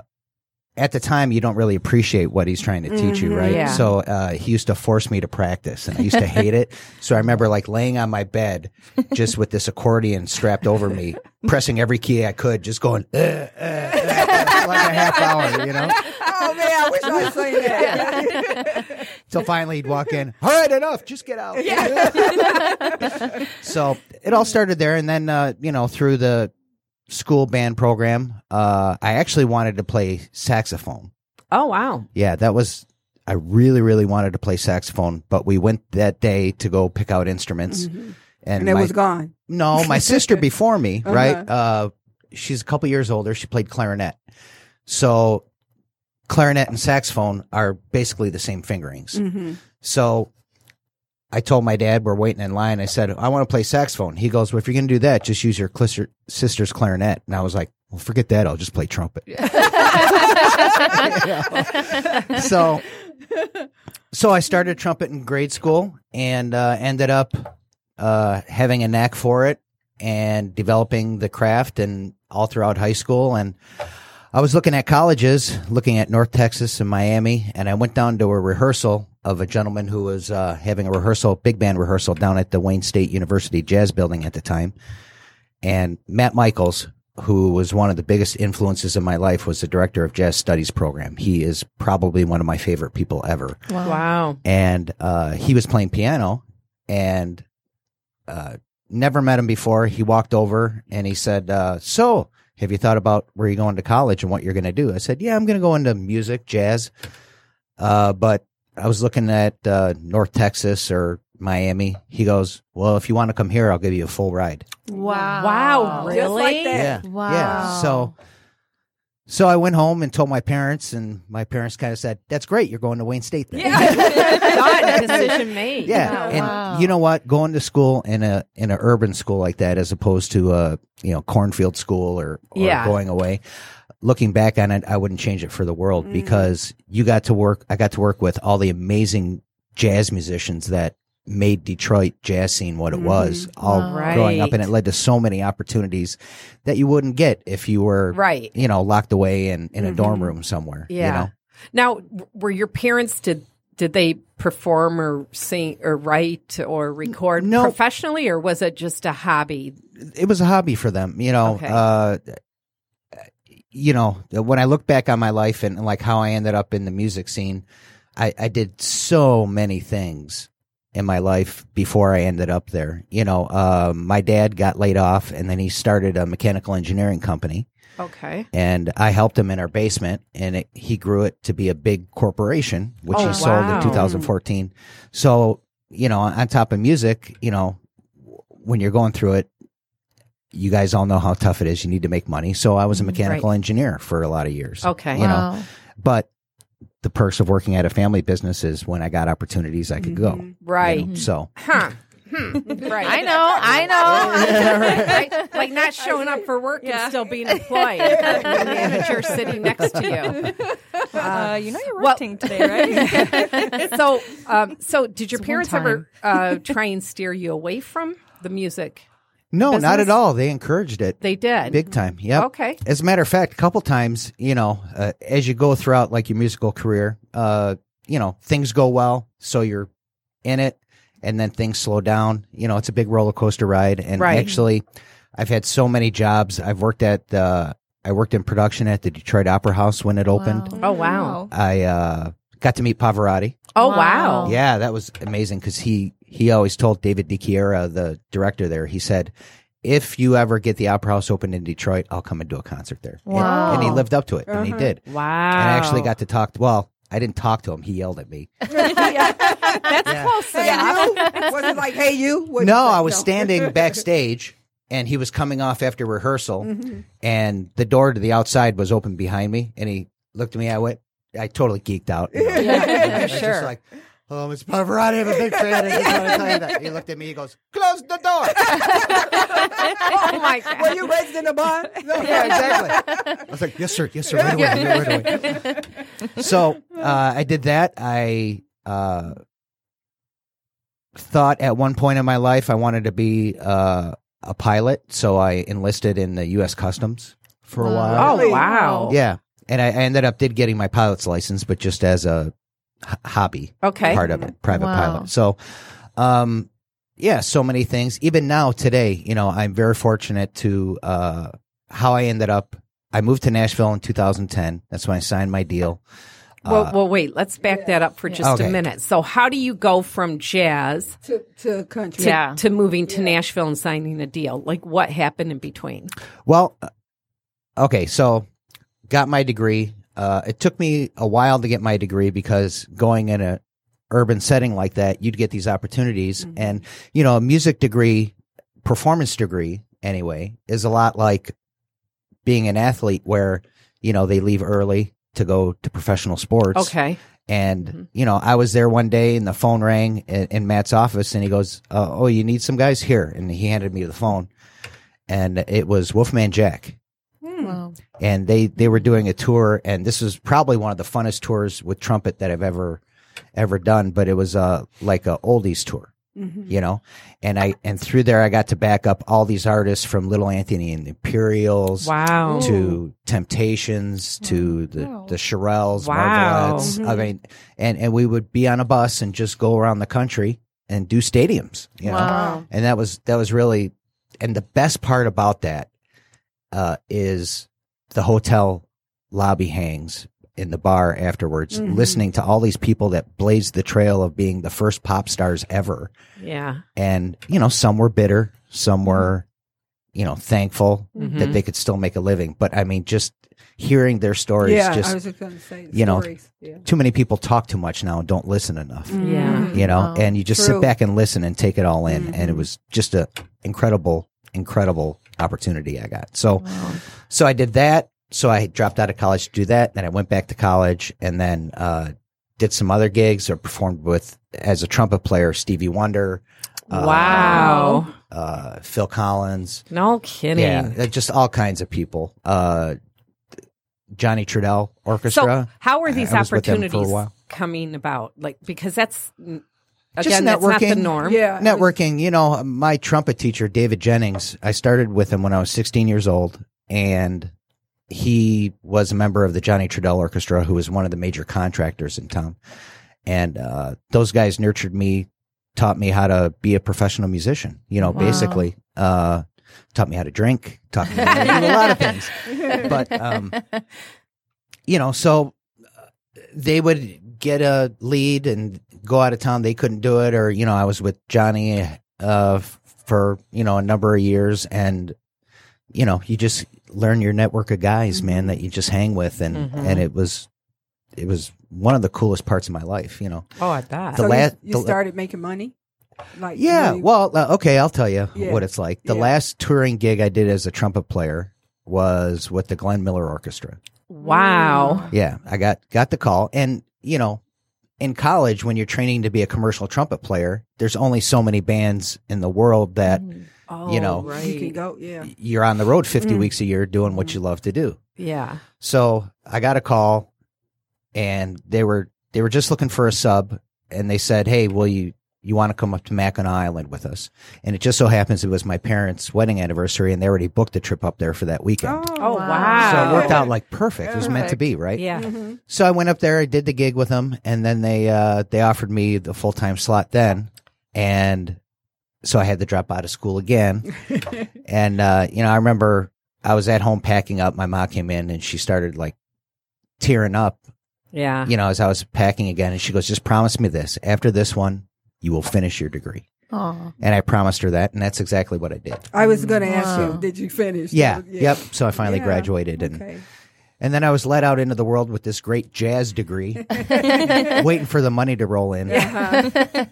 Speaker 9: at the time you don't really appreciate what he's trying to teach you, right?
Speaker 5: Yeah.
Speaker 9: So uh, he used to force me to practice, and I used to hate it. So I remember like laying on my bed, just with this accordion strapped over me, pressing every key I could, just going "Uh, uh, uh," for like a half hour, you know.
Speaker 6: Oh man, I wish I had seen that.
Speaker 9: So finally he'd walk in, all right, enough, just get out. so it all started there. And then, uh, you know, through the school band program, uh, I actually wanted to play saxophone.
Speaker 5: Oh, wow.
Speaker 9: Yeah, that was, I really, really wanted to play saxophone, but we went that day to go pick out instruments. And,
Speaker 6: Mm-hmm. And it
Speaker 9: my-
Speaker 6: was gone.
Speaker 9: no, my sister before me,
Speaker 6: Uh-huh.
Speaker 9: right? Uh, she's a couple years older. She played clarinet. So clarinet and saxophone are basically the same fingerings. So I told my dad we're waiting in line. I said, I want to play saxophone. He goes, Well, if you're going to do that, just use your clis- sister's clarinet. And I was like, Well, forget that. I'll just play trumpet. so, so I started trumpet in grade school and uh, ended up uh, having a knack for it and developing the craft and all throughout high school. And I was looking at colleges, looking at North Texas and Miami, and I went down to a rehearsal of a gentleman who was uh, having a rehearsal, big band rehearsal down at the Wayne State University Jazz Building at the time. And Matt Michaels, who was one of the biggest influences in my life, was the director of Jazz Studies program. He is probably one of my favorite people ever
Speaker 5: Wow.
Speaker 9: and uh, he was playing piano and uh, never met him before. He walked over and he said, uh, So, have you thought about where you're going to college and what you're going to do? I said, Yeah, I'm going to go into music, jazz. Uh, but I was looking at uh, North Texas or Miami. He goes, Well, if you want to come here, I'll give you a full ride.
Speaker 8: Wow.
Speaker 5: Wow.
Speaker 6: Just
Speaker 5: Really?
Speaker 6: like that.
Speaker 9: Yeah.
Speaker 8: Wow.
Speaker 9: Yeah. So so I went home and told my parents, and my parents kind of said, "That's great. You're going to Wayne State." Then.
Speaker 5: God, decision made.
Speaker 9: Yeah,
Speaker 8: Yeah,
Speaker 9: and
Speaker 8: wow.
Speaker 9: you know what? Going to school in a in an urban school like that, as opposed to a you know cornfield school or, or
Speaker 5: Yeah.
Speaker 9: going away. Looking back on it, I wouldn't change it for the world
Speaker 5: Mm.
Speaker 9: because you got to work. I got to work with all the amazing jazz musicians that made Detroit jazz scene what it was. All
Speaker 5: Wow.
Speaker 9: growing up,
Speaker 5: Mm-hmm. Right.
Speaker 9: and it led to so many opportunities that you wouldn't get if you were
Speaker 5: Right. Mm-hmm.
Speaker 9: you know locked away in in a dorm room somewhere.
Speaker 5: Yeah.
Speaker 9: You know?
Speaker 5: Now, w- were your parents did did they perform or sing or write or record
Speaker 9: No.
Speaker 5: professionally, or was it just a hobby?
Speaker 9: it was a hobby for them you know
Speaker 5: Okay.
Speaker 9: uh you know when i look back on my life and, like how i ended up in the music scene i i did so many things in my life before i ended up there you know uh, my dad got laid off and then he started a mechanical engineering company
Speaker 5: Okay.
Speaker 9: and I helped him in our basement, and it, he grew it to be a big corporation, which
Speaker 5: Oh,
Speaker 9: he sold
Speaker 5: wow.
Speaker 9: in 2014. So, you know, on top of music, you know, w- when you're going through it, you guys all know how tough it is. You need to make money. So I was a mechanical engineer for a lot of years.
Speaker 5: Mm, Okay.
Speaker 9: You know,
Speaker 8: Wow.
Speaker 9: but the perks of working at a family business is when I got opportunities, I could go. you know?
Speaker 5: Mm-hmm. Right.
Speaker 9: So,
Speaker 5: Huh. Hmm. Right.
Speaker 8: I know. I know.
Speaker 5: Right? Like not showing up for work and still being employed. The manager sitting next to you.
Speaker 10: Uh, you know you're
Speaker 5: well-
Speaker 10: working today, right?
Speaker 5: So, um, so did
Speaker 8: It's
Speaker 5: your
Speaker 8: one
Speaker 5: parents ever uh, try and steer you away from the music?
Speaker 9: no, not
Speaker 5: Business?
Speaker 9: at all. They encouraged it.
Speaker 5: They did.
Speaker 9: Big time. Yep.
Speaker 5: Okay.
Speaker 9: As a matter of fact, a couple times, you know, uh, as you go throughout like your musical career, uh, you know, things go well, so you're in it, and then things slow down. You know, it's a big roller coaster ride. And
Speaker 5: Right.
Speaker 9: actually, I've had so many jobs. I've worked at uh, I worked in production at the Detroit Opera House when it opened.
Speaker 5: Oh wow.
Speaker 9: I uh, got to meet Pavarotti.
Speaker 5: Oh
Speaker 8: Wow.
Speaker 5: wow.
Speaker 9: Yeah, that was amazing because he he always told David DiChiara, the director there, he said, "If you ever get the Opera House open in Detroit, I'll come and do a concert there." And-
Speaker 8: Wow.
Speaker 9: And, he lived up to it, and he did.
Speaker 5: Wow.
Speaker 9: And I actually got to talk. Well, I didn't talk to him. He yelled at me.
Speaker 6: That's
Speaker 9: close
Speaker 6: Hey, you? Was it like, hey, you? What
Speaker 9: no,
Speaker 6: is that?
Speaker 9: I was standing backstage, and he was coming off after rehearsal,
Speaker 6: Mhm.
Speaker 9: and the door to the outside was open behind me, and he looked at me. I went, I totally geeked out. you know. I was just
Speaker 11: sure.
Speaker 9: like, oh, Mr. Pavarotti, I'm a big fan. I just want to tell you that. He looked at me. He goes, close the door.
Speaker 6: oh
Speaker 5: my
Speaker 6: god! Were you raised in a barn? No.
Speaker 9: Yeah, exactly. I was like, yes, sir, yes, sir, right away, right away. so uh, I did that. I uh, thought at one point in my life I wanted to be uh, a pilot, so I enlisted in the U.S. Customs for a
Speaker 5: Oh,
Speaker 9: while.
Speaker 5: really? wow.
Speaker 9: Yeah, and I, I ended up did getting my pilot's license, but just as a h- hobby.
Speaker 5: Okay.
Speaker 9: part of it, private
Speaker 5: Wow.
Speaker 9: pilot. So, um, yeah, so many things. Even now, today, you know, I'm very fortunate to uh, how I ended up. I moved to Nashville in 2010. That's when I signed my deal.
Speaker 5: Well,
Speaker 9: Uh,
Speaker 5: well, wait. Let's back that up for just
Speaker 9: Okay.
Speaker 5: a minute. So, how do you go from jazz
Speaker 6: to, to country
Speaker 5: to, to moving to Nashville and signing a deal? Like, what happened in between?
Speaker 9: Well, uh, okay, so got my degree. Uh, it took me a while to get my degree because going in a urban setting like that, you'd get these opportunities, and you know, a music degree, performance degree, anyway, is a lot like being an athlete, where you know they leave early to go to professional sports.
Speaker 5: Okay.
Speaker 9: And you know, I was there one day, and the phone rang in, in Matt's office, and he goes, uh, "Oh, you need some guys here," and he handed me the phone, and it was Wolfman Jack,
Speaker 8: Wow.
Speaker 9: and they they were doing a tour, and this was probably one of the funnest tours with trumpet that I've ever ever done, but it was uh like a oldies tour.
Speaker 6: Mhm.
Speaker 9: You know, and I and through there I got to back up all these artists from Little Anthony and the Imperials,
Speaker 5: Wow.
Speaker 9: to Temptations, to the the Shirelles,
Speaker 5: Wow.
Speaker 9: Marvelettes. I
Speaker 5: Mhm.
Speaker 9: mean, and and we would be on a bus and just go around the country and do stadiums. You know,
Speaker 5: Wow.
Speaker 9: and that was that was really, and the best part about that uh, is the hotel lobby hangs in the bar afterwards,
Speaker 5: Mhm.
Speaker 9: listening to all these people that blazed the trail of being the first pop stars ever.
Speaker 5: Yeah.
Speaker 9: And, you know, some were bitter, some
Speaker 6: Mm-hmm.
Speaker 9: were, you know, thankful
Speaker 6: Mhm.
Speaker 9: that they could still make a living. But I mean, just hearing their stories,
Speaker 6: Yeah, I
Speaker 9: just,
Speaker 6: was just gonna say,
Speaker 9: you know,
Speaker 6: stories, yeah.
Speaker 9: too many people talk too much now and don't listen enough.
Speaker 6: Yeah.
Speaker 9: You know,
Speaker 6: Wow.
Speaker 9: and you just
Speaker 6: Mm-hmm. Oh, True. Mm-hmm.
Speaker 9: sit back and listen and take it all in. And it was just a incredible, incredible opportunity I got. So, so I did that. So I dropped out of college to do that. Then I went back to college and then, uh, did some other gigs or performed with as a trumpet player, Stevie Wonder. uh,
Speaker 5: Wow.
Speaker 9: Uh, Phil Collins.
Speaker 5: No kidding.
Speaker 9: Yeah. uh, Just all kinds of people. Uh, Johnny Trudell
Speaker 5: So,
Speaker 9: Orchestra.
Speaker 5: how are
Speaker 9: I-
Speaker 5: these
Speaker 9: I was with them
Speaker 5: opportunities
Speaker 9: for a while.
Speaker 5: coming about? Like, because that's again,
Speaker 9: just
Speaker 5: that's
Speaker 9: networking.
Speaker 5: not the norm.
Speaker 9: networking. You know, my trumpet teacher, David Jennings. I started with him when I was 16 years old, and he was a member of the Johnny Trudell Orchestra, who was one of the major contractors in town. And uh, those guys nurtured me, taught me how to be a professional musician. You know,
Speaker 11: Wow.
Speaker 9: basically, uh, taught me how to drink, taught me how to do a lot of things. But um, you know, so uh, they would get a lead and go out of town. They couldn't do it, or you know, I was with Johnny uh, f- for you know a number of years, and you know, you just learn your network of guys,
Speaker 6: Mm-hmm.
Speaker 9: man, that you just hang with, and
Speaker 5: Mhm.
Speaker 9: and it was it was one of the coolest parts of my life, you know.
Speaker 5: Oh, I bet.
Speaker 9: The
Speaker 6: so
Speaker 9: last
Speaker 6: you, you started making money. Like
Speaker 9: yeah.
Speaker 6: really-
Speaker 9: Well, uh, okay, I'll tell you
Speaker 6: Yeah.
Speaker 9: what it's like. The
Speaker 6: Yeah.
Speaker 9: last touring gig I did as a trumpet player was with the Glenn Miller Orchestra.
Speaker 5: Wow.
Speaker 9: Yeah, I got got the call, and you know, in college when you're training to be a commercial trumpet player, there's only so many bands in the world that you know
Speaker 6: you can go. Yeah,
Speaker 9: you're on the road 50
Speaker 6: Mm.
Speaker 9: weeks a year doing what you love to do.
Speaker 5: Yeah.
Speaker 9: So I got a call, and they were they were just looking for a sub, and they said, "Hey, will you you want to come up to Mackinac Island with us?" And it just so happens it was my parents' wedding anniversary, and they already booked a trip up there for that weekend.
Speaker 5: Oh, wow.
Speaker 9: So it worked out like perfect. It was meant to be, right?
Speaker 5: Yeah.
Speaker 6: Mm-hmm.
Speaker 9: So I went up there, I did the gig with them, and then they uh, they offered me the full time slot then, and so I had to drop out of school again. and uh, you know, I remember I was at home packing up. My mom came in and she started like tearing up.
Speaker 5: Yeah.
Speaker 9: You know, as I was packing again, and she goes, "Just promise me this. After this one, you will finish your degree."
Speaker 8: Oh.
Speaker 9: And I promised her that, and that's exactly what I did.
Speaker 6: I was going to ask
Speaker 8: Wow.
Speaker 6: you, did you finish?
Speaker 9: Yeah. Yep. So I finally
Speaker 6: Yeah.
Speaker 9: graduated, and
Speaker 6: Okay.
Speaker 9: And then I was let out into the world with this great jazz degree, waiting for the money to roll in.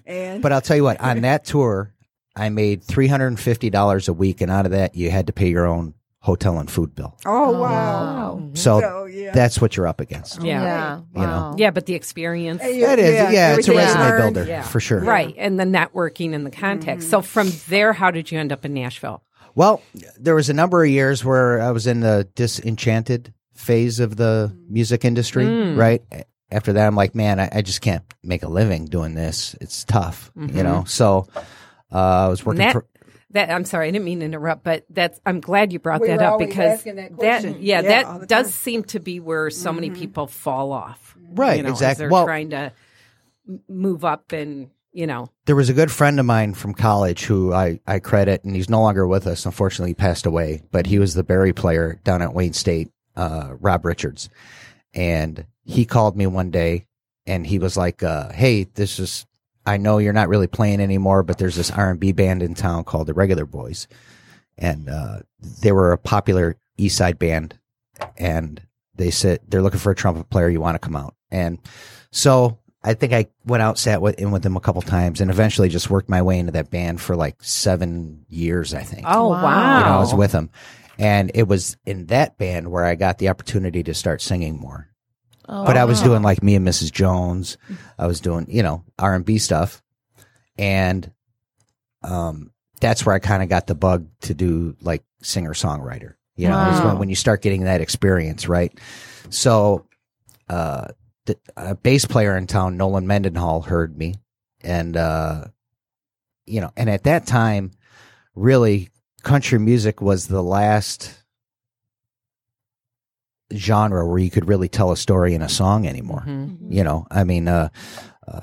Speaker 6: and
Speaker 9: But I'll tell you what, on that tour, I made $350 a week. And out of that, you had to pay your own hotel and food bill.
Speaker 6: oh, wow.
Speaker 9: So,
Speaker 6: yeah.
Speaker 9: that's what you're up against.
Speaker 5: Yeah.
Speaker 8: Yeah.
Speaker 9: You know.
Speaker 5: Yeah, but the experience.
Speaker 9: That is, yeah, it's a
Speaker 5: everything
Speaker 9: resume
Speaker 5: you learned.
Speaker 9: builder for sure.
Speaker 5: Right. And the networking and the contacts. So
Speaker 6: Mm-hmm.
Speaker 5: from there, how did you end up in Nashville?
Speaker 9: Well, there was a number of years where I was in the disenchanted phase of the music industry,
Speaker 5: Mm.
Speaker 9: right? After that, I'm like, man, I, I just can't make a living doing this. It's tough, you
Speaker 5: Mhm.
Speaker 9: know? So uh, I was
Speaker 5: And
Speaker 9: working
Speaker 5: that,
Speaker 9: for.
Speaker 5: that I'm sorry, I didn't mean to interrupt, but that's I'm glad you brought
Speaker 6: We
Speaker 5: that
Speaker 6: were
Speaker 5: up
Speaker 6: always
Speaker 5: because
Speaker 6: asking that question. Yeah,
Speaker 5: yeah,
Speaker 6: all the Mm-hmm.
Speaker 5: that does seem to be where so many people fall off.
Speaker 9: Right,
Speaker 5: you know, as
Speaker 9: exact-
Speaker 5: They're
Speaker 9: well-
Speaker 5: trying to m- move up and you know,
Speaker 9: There was a good friend of mine from college who I, I credit, and he's no longer with us. Unfortunately, he passed away, but he was the Barry player down at Wayne State, uh, Rob Richards. And he called me one day and he was like, uh, Hey, this is, I know you're not really playing anymore, but there's this R&B band in town called the Regular Boys. And uh, they were a popular East Side band. And they said, they're looking for a trumpet player. You want to come out. And so I think I went out, sat with, in with them a couple times, and eventually just worked my way into that band for like seven years, I think.
Speaker 5: oh
Speaker 8: Wow.
Speaker 5: wow.
Speaker 9: You know, I was with them. And it was in that band where I got the opportunity to start singing more.
Speaker 8: Oh,
Speaker 9: But I was doing like me and Mrs. Jones. I was doing, you know, R and B stuff. And um that's where I kind of got the bug to do like singer songwriter. You know, is when,
Speaker 8: Wow.
Speaker 9: when you start getting that experience, right? So uh the, a bass player in town, Nolan Mendenhall, heard me and uh you know, and at that time, really country music was the last genre where you could really tell a story in a song anymore. You know, I mean, uh, uh,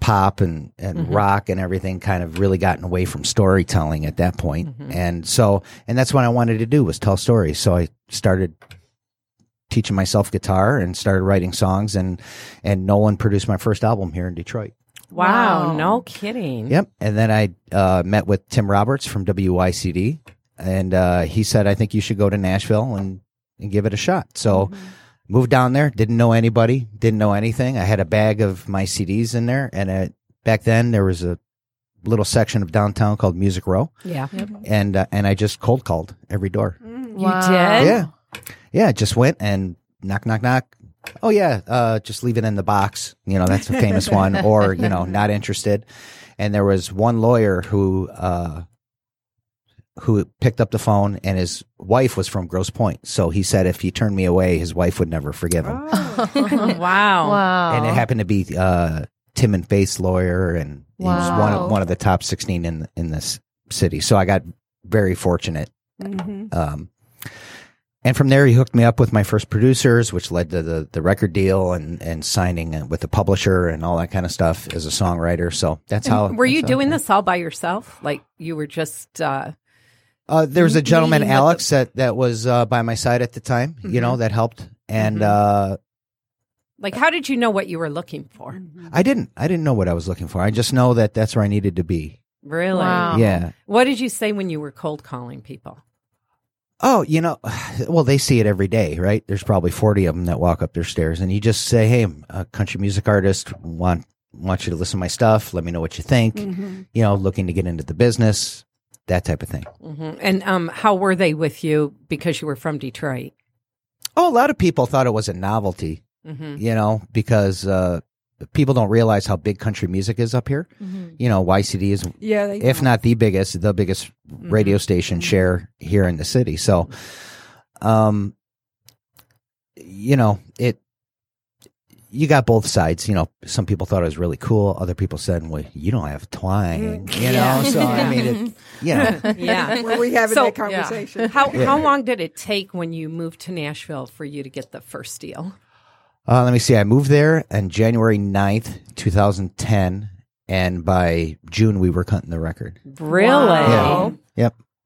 Speaker 9: pop and, and
Speaker 5: Mhm.
Speaker 9: rock and everything kind of really gotten away from storytelling at that point.
Speaker 5: Mhm.
Speaker 9: And so, and that's what I wanted to do was tell stories. So I started teaching myself guitar and started writing songs and, and Nolan produced my first album here in Detroit.
Speaker 5: Wow,
Speaker 8: Wow.
Speaker 5: no kidding.
Speaker 9: Mm-hmm. Yep. And then I uh, met with Tim Roberts from WYCD, and uh, he said, "I think you should go to Nashville and, and give it a shot." So, moved down there. Didn't know anybody. Didn't know anything. I had a bag of my CDs in there, and uh back then there was a little section of downtown called Music Row,
Speaker 5: Yeah.
Speaker 9: and uh, and I just cold called every door.
Speaker 8: Wow.
Speaker 5: did?
Speaker 9: Yeah. Yeah, just went and knock, knock, knock. Oh yeah, uh, just leave it in the box. You know, that's a famous one. Or you know, not interested. And there was one lawyer who uh, who picked up the phone, and his wife was from Gross Point. So he said if he turned me away, his wife would never forgive him.
Speaker 6: Oh.
Speaker 5: wow.
Speaker 8: Wow.
Speaker 9: And it happened to be uh, Tim and Bass lawyer, and he was one
Speaker 8: Wow.
Speaker 9: of, one of the top sixteen in in this city. So I got very fortunate
Speaker 6: Mm-hmm.
Speaker 9: um, and from there, he hooked me up with my first producers, which led to the, the record deal and, and signing with the publisher and all that kind of stuff as a songwriter. So that's how.
Speaker 5: Were you
Speaker 9: that's how-
Speaker 5: doing this all by yourself? Like you were just uh
Speaker 9: Uh, there was a gentleman,
Speaker 5: meeting with Mm-hmm.
Speaker 9: Alex, that, that was uh, by my side at the time, you know, that helped. And uh,
Speaker 5: like how did you know what you were looking for?
Speaker 6: Mm-hmm.
Speaker 9: I didn't. I didn't know what I was looking for. I just know that that's where I needed to be.
Speaker 5: Really?
Speaker 8: Wow.
Speaker 9: Yeah.
Speaker 5: What did you say when you were cold calling people?
Speaker 9: Oh, you know, well, they see it every day, right? There's probably 40 of them that walk up their stairs and you just say, Hey, I'm a country music artist. Want, want you to listen to my stuff. Let me know what you think. You know, looking to get into the business, that type of thing.
Speaker 5: hmm And um, how were they with you because you were from Detroit?
Speaker 9: Oh, a lot of people thought it was a novelty,
Speaker 5: Mm-hmm.
Speaker 9: you know, because, uh, people don't realize how big country music is up here. You know, YCD is
Speaker 6: Mm-hmm. Yeah, they Mm-hmm.
Speaker 9: if not the biggest, the biggest radio station share here in the city. So, um, you know, it, you got both sides. You know, some people thought it was really cool. Other people said, well, you don't have twang,
Speaker 6: Mm-hmm.
Speaker 9: you know? So, I mean, it, you know,
Speaker 5: Yeah.
Speaker 6: Were we having
Speaker 5: So-
Speaker 6: that conversation?
Speaker 5: How how long did it take when you moved to Nashville for you to get the first deal?
Speaker 9: uh, let me see. I moved there on January 9th, 2010. And by June, we were cutting the record.
Speaker 5: Really?
Speaker 9: Yeah.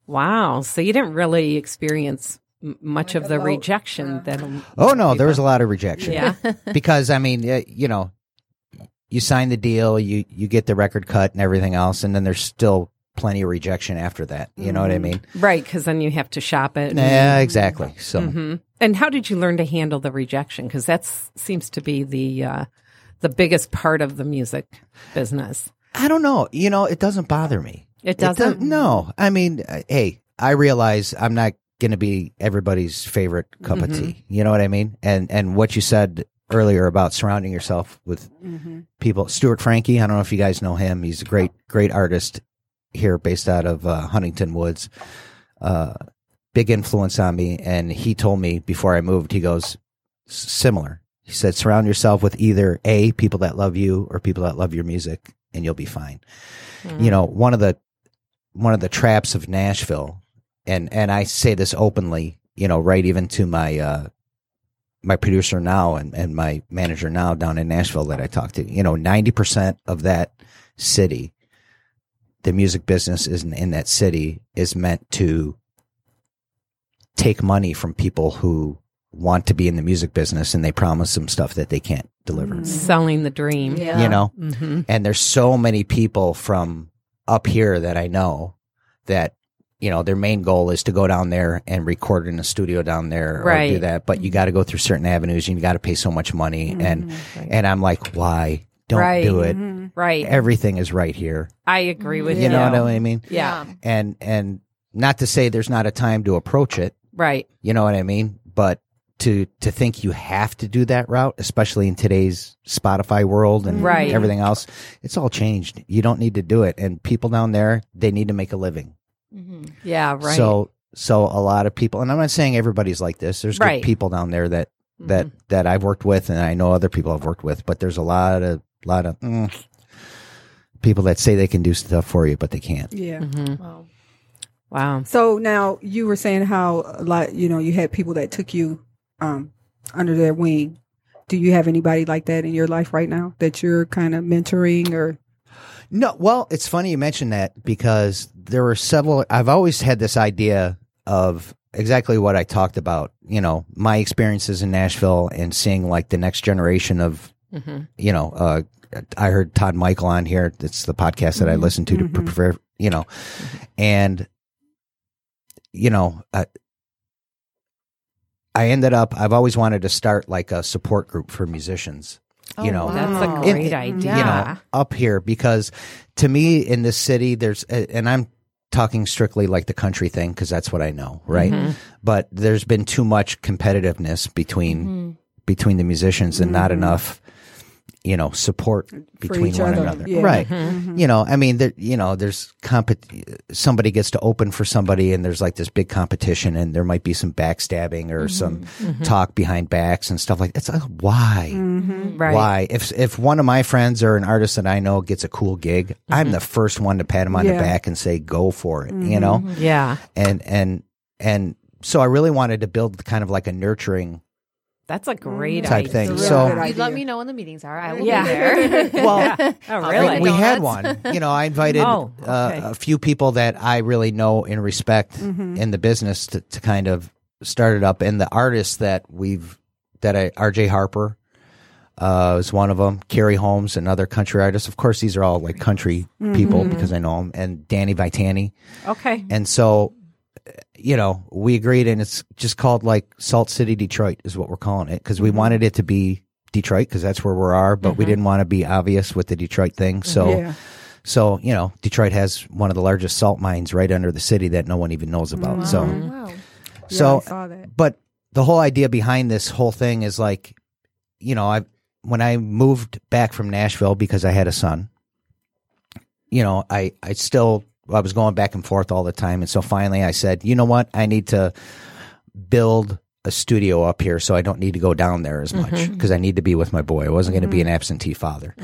Speaker 5: Wow.
Speaker 9: Yep.
Speaker 5: So you didn't really experience m- much of the rejection that.
Speaker 9: Oh no, there was a lot of rejection.
Speaker 5: Yeah.
Speaker 9: because I mean, uh, you know, you sign the deal, you you get the record cut and everything else, and then there's still plenty of rejection after that. You know what I mean?
Speaker 5: Right, because then you have to shop it.
Speaker 9: Yeah, exactly. So
Speaker 5: Mhm. And how did you learn to handle the rejection? Because that seems to be the uh, the biggest part of the music business.
Speaker 9: I don't know. You know, it doesn't bother me.
Speaker 5: It doesn't?
Speaker 9: does- no, I mean, uh, hey, I realize I'm not going to be everybody's favorite cup
Speaker 5: Mhm.
Speaker 9: of tea. You know what I mean? And and what you said earlier about surrounding yourself with
Speaker 5: Mm-hmm.
Speaker 9: people. Stuart Frankie, I don't know if you guys know him. He's a great great artist here, based out of uh, Huntington Woods. Uh, big influence on me, and he told me before I moved. He goes "S- similar. He said, surround yourself with either a people that love you or people that love your music, and you'll be fine you know one of the one of the traps of Nashville and and I say this openly you know right even to my uh my producer now and, and my manager now down in Nashville that I talk to you know 90% of that city the music business is in that city is meant to take money from people who want to be in the music business and they promise them stuff that they can't deliver
Speaker 5: Selling the dream.
Speaker 9: you know
Speaker 5: hmm
Speaker 9: and there's so many people from up here that i know that you know their main goal is to go down there and record in a studio down there or do
Speaker 5: Right. Mm-hmm.
Speaker 9: that but you got to go through certain avenues and you got to pay so much money and and i'm like why don't
Speaker 5: Right.
Speaker 9: do it
Speaker 5: Right.
Speaker 9: everything is right here
Speaker 5: I agree with you.
Speaker 9: you know what i mean
Speaker 5: Yeah.
Speaker 9: and and not to say there's not a time to approach it
Speaker 5: Right.
Speaker 9: you know what I mean? But to to think you have to do that route, especially in today's Spotify world and
Speaker 5: Right.
Speaker 9: everything else, it's all changed. You don't need to do it. And people down there, they need to make a living.
Speaker 5: Yeah. Right.
Speaker 9: So so a lot of people and I'm not saying everybody's like this. There's
Speaker 5: Right. Mm-hmm.
Speaker 9: good people down there that that that I've worked with and I know other people I've worked with, but there's a lot of lot of mm, people that say they can do stuff for you but they can't.
Speaker 6: Yeah.
Speaker 5: Wow.
Speaker 6: So now you were saying how a lot, you know, you had people that took you um, under their wing. Do you have anybody like that in your life right now that you're kind of mentoring or?
Speaker 9: No, well, it's funny you mentioned that because there were several. I've always had this idea of exactly what I talked about. You know, my experiences in Nashville and seeing like the next generation of,
Speaker 5: Mhm.
Speaker 9: you know, uh, I heard Todd Michael on here. It's the podcast that I listen to to prepare. You know, and you know, uh, I ended up. I've always wanted to start like a support group for musicians.
Speaker 5: Oh,
Speaker 9: You know,
Speaker 5: that's a
Speaker 9: In-
Speaker 5: great
Speaker 9: in-
Speaker 5: idea.
Speaker 9: You know, up here because to me in this city, there's and I'm talking strictly like the country thing because that's what I know, right?
Speaker 11: Mhm.
Speaker 9: But there's been too much competitiveness between
Speaker 11: Mm-hmm.
Speaker 9: between the musicians and not enough, you know, support between
Speaker 11: each
Speaker 9: one
Speaker 11: other.
Speaker 9: another,
Speaker 11: Yeah.
Speaker 9: right?
Speaker 11: Mhm.
Speaker 9: You know, I mean, there, you know, there's compet. Somebody gets to open for somebody, and there's like this big competition, and there might be some backstabbing or some
Speaker 11: Mhm.
Speaker 9: talk behind backs and stuff like. It's like why?
Speaker 11: Mm-hmm.
Speaker 5: Right.
Speaker 9: Why? If if one of my friends or an artist that I know gets a cool gig, I'm the first one to pat him on
Speaker 5: Mm-hmm. Yeah.
Speaker 9: the back and say, "Go for it," you know.
Speaker 5: Mhm. Yeah.
Speaker 9: And and and so I really wanted to build kind of like a nurturing
Speaker 5: That's a great
Speaker 9: type
Speaker 5: idea.
Speaker 9: thing. So
Speaker 8: you let me know when the meetings are. I will
Speaker 5: Yeah.
Speaker 8: be there.
Speaker 5: Well, Yeah. Oh,
Speaker 8: I'll
Speaker 5: really?
Speaker 8: bring
Speaker 9: we
Speaker 8: donuts.
Speaker 9: had one. You know, I invited
Speaker 8: Oh,
Speaker 9: uh, a few people that I really know and respect
Speaker 8: Mhm.
Speaker 9: in the business to, to kind of start it up. And the artists that we've that I R.J. Harper uh, is one of them. Carrie Holmes, another country artist. Of course, these are all like country
Speaker 8: Mm-hmm.
Speaker 9: people
Speaker 5: Mhm.
Speaker 9: because I know them. And Danny Vitani.
Speaker 5: Okay.
Speaker 9: And so, uh, you know, we agreed, and it's just called like Salt City Detroit is what we're calling it because we wanted it to be Detroit because that's where we are, but we didn't want to be obvious with the Detroit thing. So,
Speaker 11: Yeah.
Speaker 9: so you know, Detroit has one of the largest salt mines right under the city that no one even knows about. So, so, but the whole idea behind this whole thing is like, you know, I when I moved back from Nashville because I had a son, you know, I I still I was going back and forth all the time, and so finally I said, you know what, I need to build a studio up here so I don't need to go down there as much
Speaker 11: Mhm.
Speaker 9: because I need to be with my boy. I wasn't going to be an absentee father.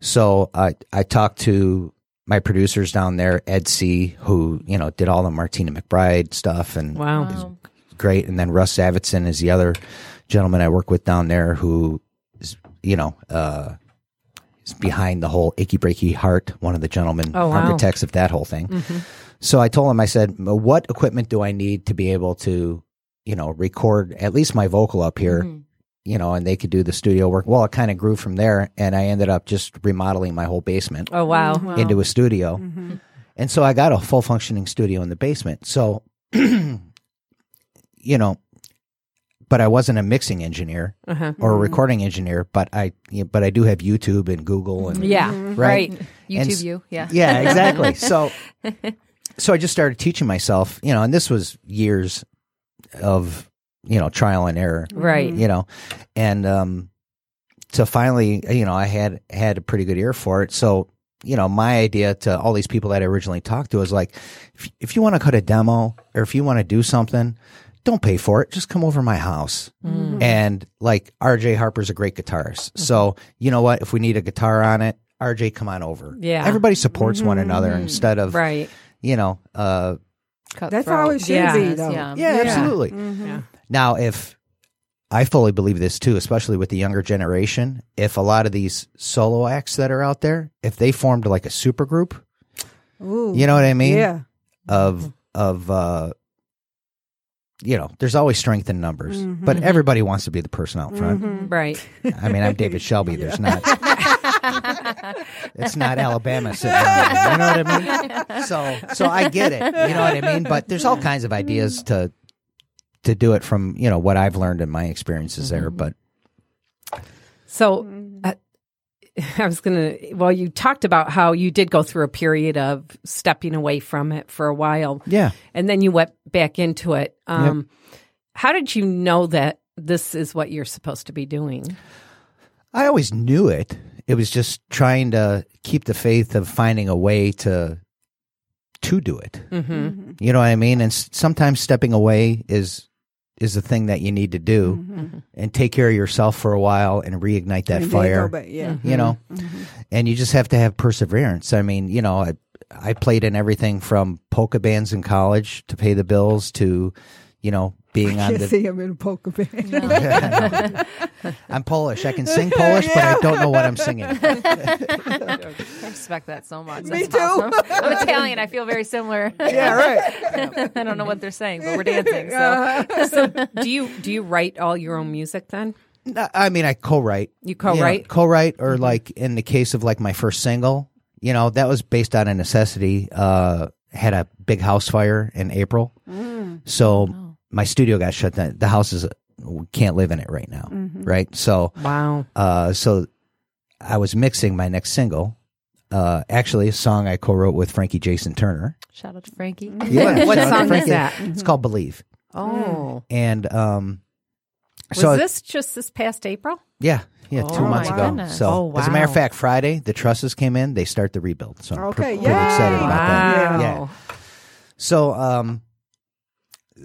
Speaker 9: So I I talked to my producers down there, Ed C, who you know did all the Martina McBride stuff, and
Speaker 5: Wow.
Speaker 9: is great. And then Russ Savitson is the other gentleman I work with down there who is you know uh, is behind the whole Icky Breaky Heart, one of the gentlemen
Speaker 11: Oh, wow.
Speaker 9: architects of that whole thing.
Speaker 11: Mhm.
Speaker 9: So I told him, I said, "M- "What equipment do I need to be able to you know record at least my vocal up here?"
Speaker 11: Mm-hmm.
Speaker 9: You know, and they could do the studio work. Well, it kind of grew from there, and I ended up just remodeling my whole basement.
Speaker 5: Oh, wow. Wow.
Speaker 9: Into a studio, And so I got a full functioning studio in the basement. So, you know, but I wasn't a mixing engineer
Speaker 5: Uh-huh.
Speaker 9: or a recording engineer, but I but I do have YouTube and Google and
Speaker 5: Yeah, right.
Speaker 9: And
Speaker 8: YouTube
Speaker 9: s-
Speaker 8: you, yeah.
Speaker 9: Yeah, exactly. so so I just started teaching myself, you know, and this was years of, you know, trial and error.
Speaker 5: Right.
Speaker 9: You know. And um to finally, you know, I had had a pretty good ear for it. So, you know, my idea to all these people that I originally talked to was like, if, if you want to cut a demo or if you want to do something, don't pay for it. Just come over to my house.
Speaker 5: Mm-hmm.
Speaker 9: And like RJ Harper's a great guitarist. So, you know what? If we need a guitar on it, RJ, come on over.
Speaker 5: Yeah.
Speaker 9: Everybody supports one another
Speaker 5: Mhm.
Speaker 9: instead of,
Speaker 5: Right.
Speaker 9: you know, uh,
Speaker 6: That's how it should
Speaker 5: Yeah.
Speaker 6: be, though.
Speaker 8: Yeah.
Speaker 9: yeah, absolutely.
Speaker 6: Mm-hmm.
Speaker 5: Yeah.
Speaker 9: Now, if I fully believe this too, especially with the younger generation, if a lot of these solo acts that are out there, if they formed like a super group,
Speaker 6: Ooh.
Speaker 9: you know what I mean?
Speaker 6: Yeah.
Speaker 9: Of, of, uh, you know, there's always strength in numbers, but
Speaker 6: Mm-hmm.
Speaker 5: Mhm.
Speaker 9: everybody wants to be the person out front.
Speaker 5: Right.
Speaker 9: I mean, I'm David Shelby. There's not, it's not Alabama sitting there. You know what I mean? so so I get it. You know what I mean? But there's all kinds of ideas to to do it from, you know, what I've learned in my experiences there, but
Speaker 5: So uh, I was going to, well, you talked about how you did go through a period of stepping away from it for a while.
Speaker 9: Yeah.
Speaker 5: And then you went back into it. Um, How did you know that this is what you're supposed to be doing?
Speaker 9: I always knew it. It was just trying to keep the faith of finding a way to to do it.
Speaker 5: Mm-hmm.
Speaker 9: You know what I mean? And s- sometimes stepping away is is the thing that you need to do and take care of yourself for a while and reignite that
Speaker 6: Mm-hmm. And then
Speaker 9: fire.
Speaker 6: go back, yeah. Mm-hmm.
Speaker 9: you know and you just have to have perseverance i mean you know i i played in everything from polka bands in college to pay the bills to you know being on
Speaker 6: Can't see
Speaker 9: the
Speaker 6: him in a poker band.
Speaker 9: i'm polish i can sing polish but i don't know what i'm singing
Speaker 8: I respect that so much.
Speaker 6: Me
Speaker 8: That's
Speaker 6: too.
Speaker 8: awesome. I'm Italian. I feel very similar.
Speaker 6: yeah, right.
Speaker 8: I don't know what they're saying, but we're dancing.
Speaker 9: Uh-huh.
Speaker 8: So
Speaker 5: do you do you write all your own music then?
Speaker 9: No, i mean i co-write
Speaker 5: You
Speaker 9: You know,
Speaker 5: co-write? Mm-hmm.
Speaker 9: co-write or like in the case of like my first single you know that was based on a necessity uh had a big house fire in april
Speaker 5: Mm.
Speaker 9: so
Speaker 5: Oh.
Speaker 9: my studio got shut down the house is we can't live in it right now
Speaker 5: Mm-hmm.
Speaker 9: right so
Speaker 5: Wow.
Speaker 9: Uh, so I was mixing my next single. Uh, actually, a song I co-wrote with Frankie Jason Turner.
Speaker 8: shout out to Frankie.
Speaker 9: Yeah,
Speaker 5: What
Speaker 9: shout out to
Speaker 5: song is
Speaker 9: Frankie.
Speaker 5: that?
Speaker 9: It's called "Believe."
Speaker 6: Hmm.
Speaker 5: Oh.
Speaker 9: And um,
Speaker 5: Was
Speaker 9: so
Speaker 5: this just this past April?
Speaker 9: yeah, yeah,
Speaker 5: Oh
Speaker 9: two months
Speaker 8: my
Speaker 9: ago.
Speaker 8: goodness.
Speaker 9: So
Speaker 5: Oh,
Speaker 9: as a matter of
Speaker 5: wow.
Speaker 9: fact, Friday the trusses came in. They start the rebuild. So I'm pr-
Speaker 6: Okay,
Speaker 9: pretty
Speaker 6: yay.
Speaker 9: excited about that.
Speaker 5: Wow.
Speaker 9: Yeah. So, um,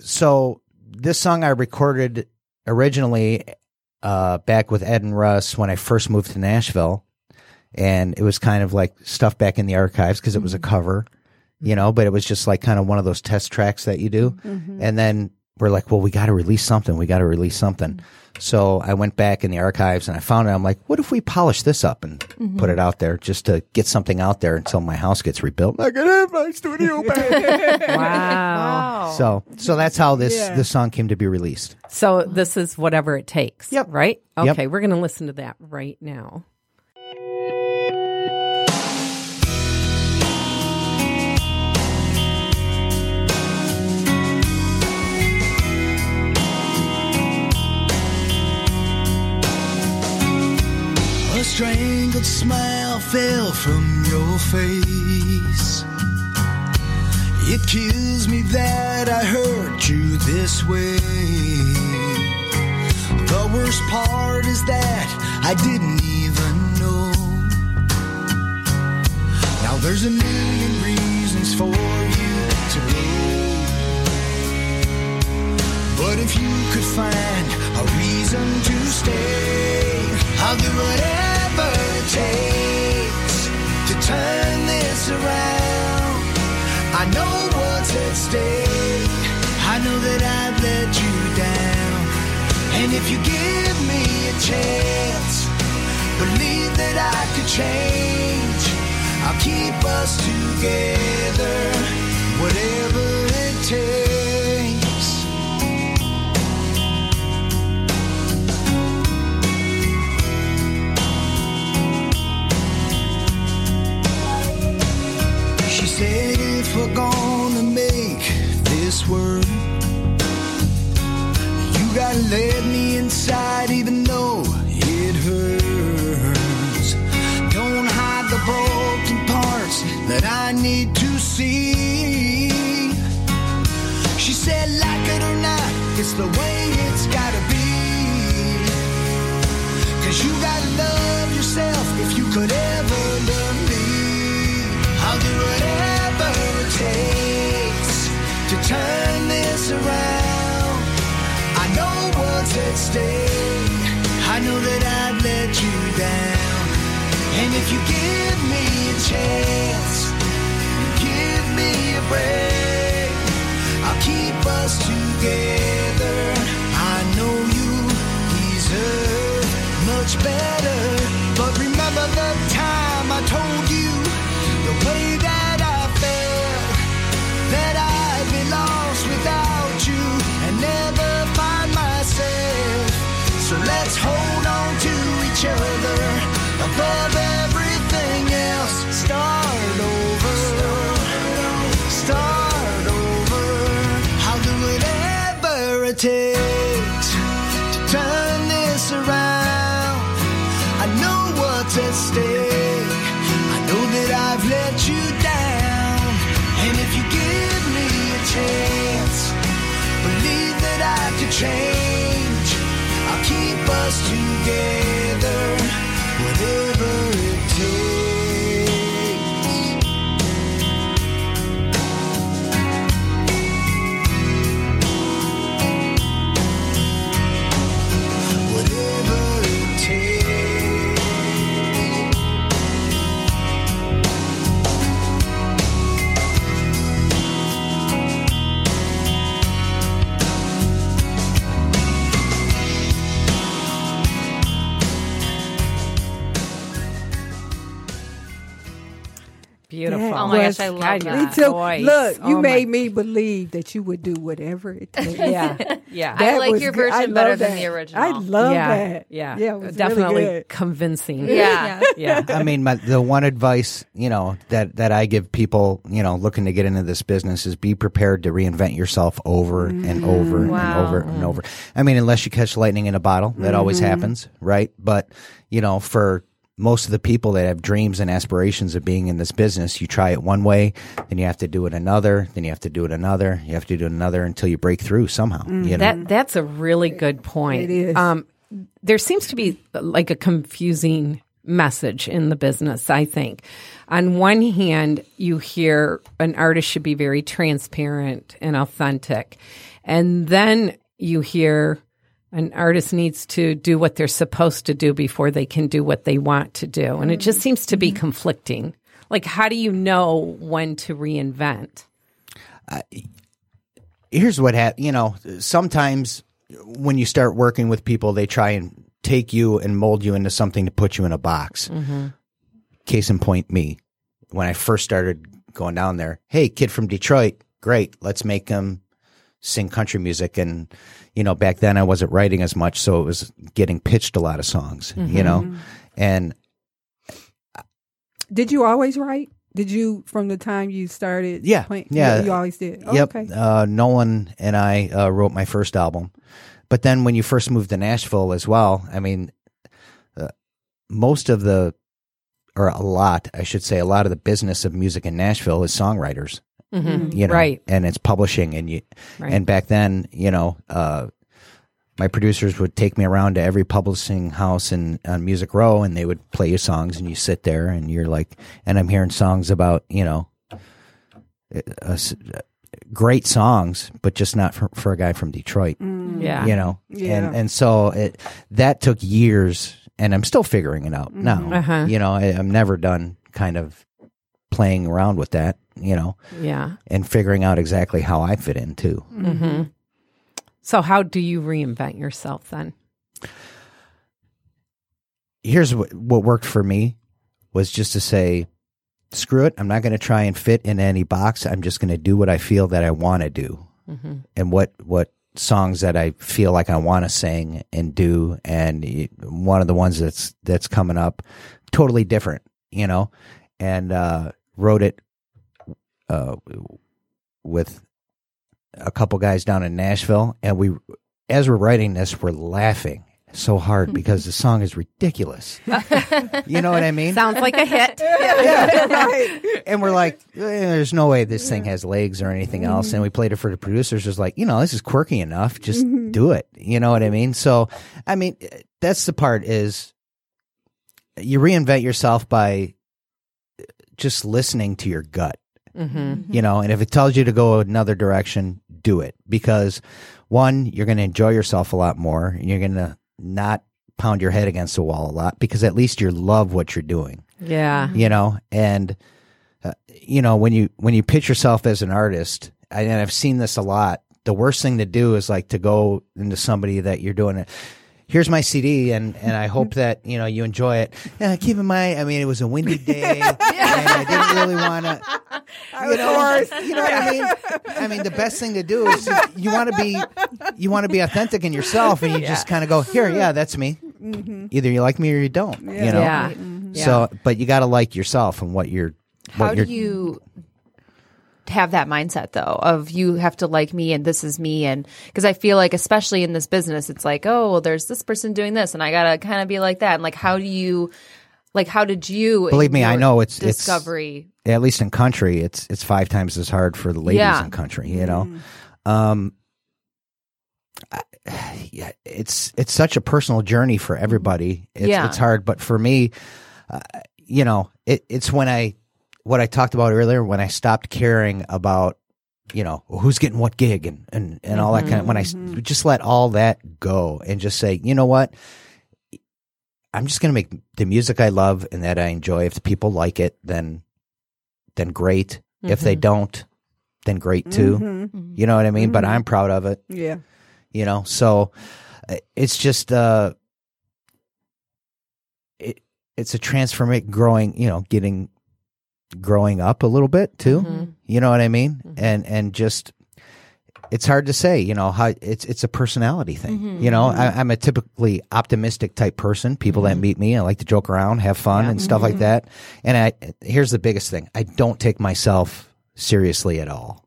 Speaker 9: so this song I recorded originally uh, back with Ed and Russ when I first moved to Nashville, and it was kind of like stuff back in the archives because it was a cover, you know. But it was just like kind of one of those test tracks that you do, and then we're like, well, we got to release something. We got to release something. So I went back in the archives and I found it. I'm like, what if we polish this up and put it out there just to get something out there until my house gets rebuilt? I gotta have my studio back.
Speaker 5: Wow.
Speaker 9: So, so that's how this
Speaker 6: Yeah.
Speaker 9: this song came to be released.
Speaker 5: So this is whatever it takes.
Speaker 9: Yep.
Speaker 5: Right?
Speaker 9: Yep.
Speaker 5: Okay, we're going to listen to that right now.
Speaker 4: A strangled smile fell from your face. It kills me that I hurt you this way. The worst part is that I didn't even know. Now there's a million reasons for you to go. But if you could find a reason to stay, I'll do whatever it takes to turn this around. I know what's at stake. I know that I've let you down. And if you give me a chance, believe that I could change. I'll keep us together, whatever it takes. She said if we're gonna make this work, you gotta let me inside, even though it hurts. Don't hide the broken parts that I need to see. She said, like it or not, it's the way it's gotta be. Cause you gotta love yourself if you could ever love me. I'll do whatever it takes to turn this around. I know what's at stake. I know that I'd let you down. And if you give me a chance, give me a break, I'll keep us together. I know you deserve much better. But remember the time I told you the way that I felt, that I'd be lost without you and never find myself. So let's hold on to each other above everything else. Start over. Start over. I'll do whatever it takes to turn this around. I know what's at stake. I know that I've let you down. And if you give me a chance, believe that I could change. I'll keep us together, whatever it takes. Whatever it takes.
Speaker 5: Beautiful.
Speaker 6: That
Speaker 8: Oh my gosh,
Speaker 6: was-
Speaker 8: I love
Speaker 5: God,
Speaker 8: that.
Speaker 5: you
Speaker 6: Me too.
Speaker 5: voice.
Speaker 6: Look, you
Speaker 5: Oh my-
Speaker 6: made me believe that you would do whatever it takes.
Speaker 5: Yeah. Yeah.
Speaker 8: I like
Speaker 6: was
Speaker 8: your
Speaker 6: good. I
Speaker 8: version better
Speaker 6: love
Speaker 8: than
Speaker 6: that.
Speaker 8: the original.
Speaker 6: I love
Speaker 5: yeah,
Speaker 6: that.
Speaker 5: Yeah.
Speaker 6: Yeah, it was
Speaker 5: Definitely
Speaker 6: really good.
Speaker 5: convincing.
Speaker 8: Yeah.
Speaker 5: Yeah.
Speaker 9: I mean, my, the one advice you know that that I give people you know looking to get into this business is be prepared to reinvent yourself over and over
Speaker 8: Wow.
Speaker 9: and over and over. I mean, unless you catch lightning in a bottle, that always happens, right? But you know, for most of the people that have dreams and aspirations of being in this business, you try it one way, then you have to do it another, then you have to do it another, you have to do it another until you break through somehow. You know?
Speaker 5: Mm, That that's a really good point.
Speaker 6: Mm-hmm. It is.
Speaker 5: Um, there seems to be like a confusing message in the business. I think, on one hand, you hear an artist should be very transparent and authentic, and then you hear an artist needs to do what they're supposed to do before they can do what they want to do, and it
Speaker 6: Mm-hmm.
Speaker 5: just seems to be conflicting. Like, how do you know when to reinvent?
Speaker 9: here's what happened. You know, sometimes when you start working with people, they try and take you and mold you into something to put you in a box. Case in point, me. When I first started going down there, hey, kid from Detroit, great, let's make him sing country music. And, you know, back then I wasn't writing as much, so it was getting pitched a lot of songs, you know? And
Speaker 6: Did you always write? Did you from the time you started?
Speaker 9: Yeah,
Speaker 6: playing-
Speaker 9: yeah.
Speaker 6: You always did. Oh,
Speaker 9: Yep.
Speaker 6: Okay.
Speaker 9: Uh, Nolan and I uh, wrote my first album. But then when you first moved to Nashville as well, I mean, uh, most of the, or a lot, I should say, a lot of the business of music in Nashville is songwriters,
Speaker 5: Mm-hmm.
Speaker 9: you know,
Speaker 5: Right.
Speaker 9: and it's publishing. And you,
Speaker 5: Right.
Speaker 9: and back then, you know, uh, my producers would take me around to every publishing house in on Music Row, and they would play you songs, and you sit there, and you're like, and I'm hearing songs about you know, uh, uh, s- uh, great songs, but just not for, for a guy from Detroit,
Speaker 5: Yeah.
Speaker 9: you know,
Speaker 6: Yeah.
Speaker 9: and and so it that took years, and I'm still figuring it out now.
Speaker 5: Uh-huh.
Speaker 9: You know, I, I'm never done kind of playing around with that, you know,
Speaker 5: Yeah.
Speaker 9: and figuring out exactly how I fit in too.
Speaker 5: hmm So, how do you reinvent yourself then?
Speaker 9: here's what, what worked for me was just to say screw it i'm not going to try and fit in any box i'm just going to do what i feel that i want to do and what what songs that i feel like i want to sing and do and y- one of the ones that's that's coming up totally different you know and uh wrote it uh, with a couple guys down in Nashville, and we, as we're writing this, we're laughing so hard because the song is ridiculous. you know what I mean?
Speaker 5: Sounds like a hit.
Speaker 9: and we're like, eh, there's no way this thing has legs or anything else. And we played it for the producers, just like, you know, this is quirky enough. Just do it. You know what I mean? So, I mean, eh, that's the part is you reinvent yourself by eh, just listening to your gut
Speaker 5: Mm-hmm.
Speaker 9: you know and if it tells you to go another direction do it because one you're going to enjoy yourself a lot more and you're going to not pound your head against the wall a lot because at least you love what you're doing
Speaker 5: Yeah.
Speaker 9: you know and uh, you know when you when you pitch yourself as an artist I, and i've seen this a lot the worst thing to do is like to go into somebody that you're doing it here's my cd and and i hope that you know you enjoy it yeah, keep in mind i mean it was a windy day and i didn't really want to you know, you know what I mean? I mean, the best thing to do is just- you want to be you want to be authentic in yourself, and you just kind of go here, yeah, that's me. Either you like me or you don't. You know.
Speaker 5: Yeah.
Speaker 9: So, but you got to like yourself and what you're. What
Speaker 8: How do
Speaker 9: you're,
Speaker 8: you have that mindset though of you have to like me and this is me and because I feel like especially in this business it's like oh well there's this person doing this and I gotta kind of be like that and like how do you like how did you
Speaker 9: Believe me,
Speaker 8: in
Speaker 9: I
Speaker 8: your
Speaker 9: know it's- it's-
Speaker 8: discovery
Speaker 9: At least in country, it's it's five times as hard for the ladies
Speaker 8: Yeah. Mm.
Speaker 9: in country. You know. Um. I, yeah, it's it's such a personal journey for everybody. It's,
Speaker 8: Mm-hmm. Yeah.
Speaker 9: it's hard, but for me, uh, you know, it, it's when I, what I talked about earlier, when I stopped caring about, you know, who's getting what gig and, and, and all
Speaker 8: Mm-hmm.
Speaker 9: that kind of, when I s- just let all that go and just say, you know what? I'm just going to make the music I love and that I enjoy. If the people like it, then, then great. If they don't, then great too. You know what I mean? But I'm proud of it
Speaker 6: Yeah.
Speaker 9: you know so uh, it's just uh it, it's a transformation growing you know getting growing up a little bit too you know what i mean and and just it's hard to say you know how it's it's a personality thing you know I, i'm a typically optimistic type person people that meet me i like to joke around have fun and stuff like that and i here's the biggest thing i don't take myself seriously at all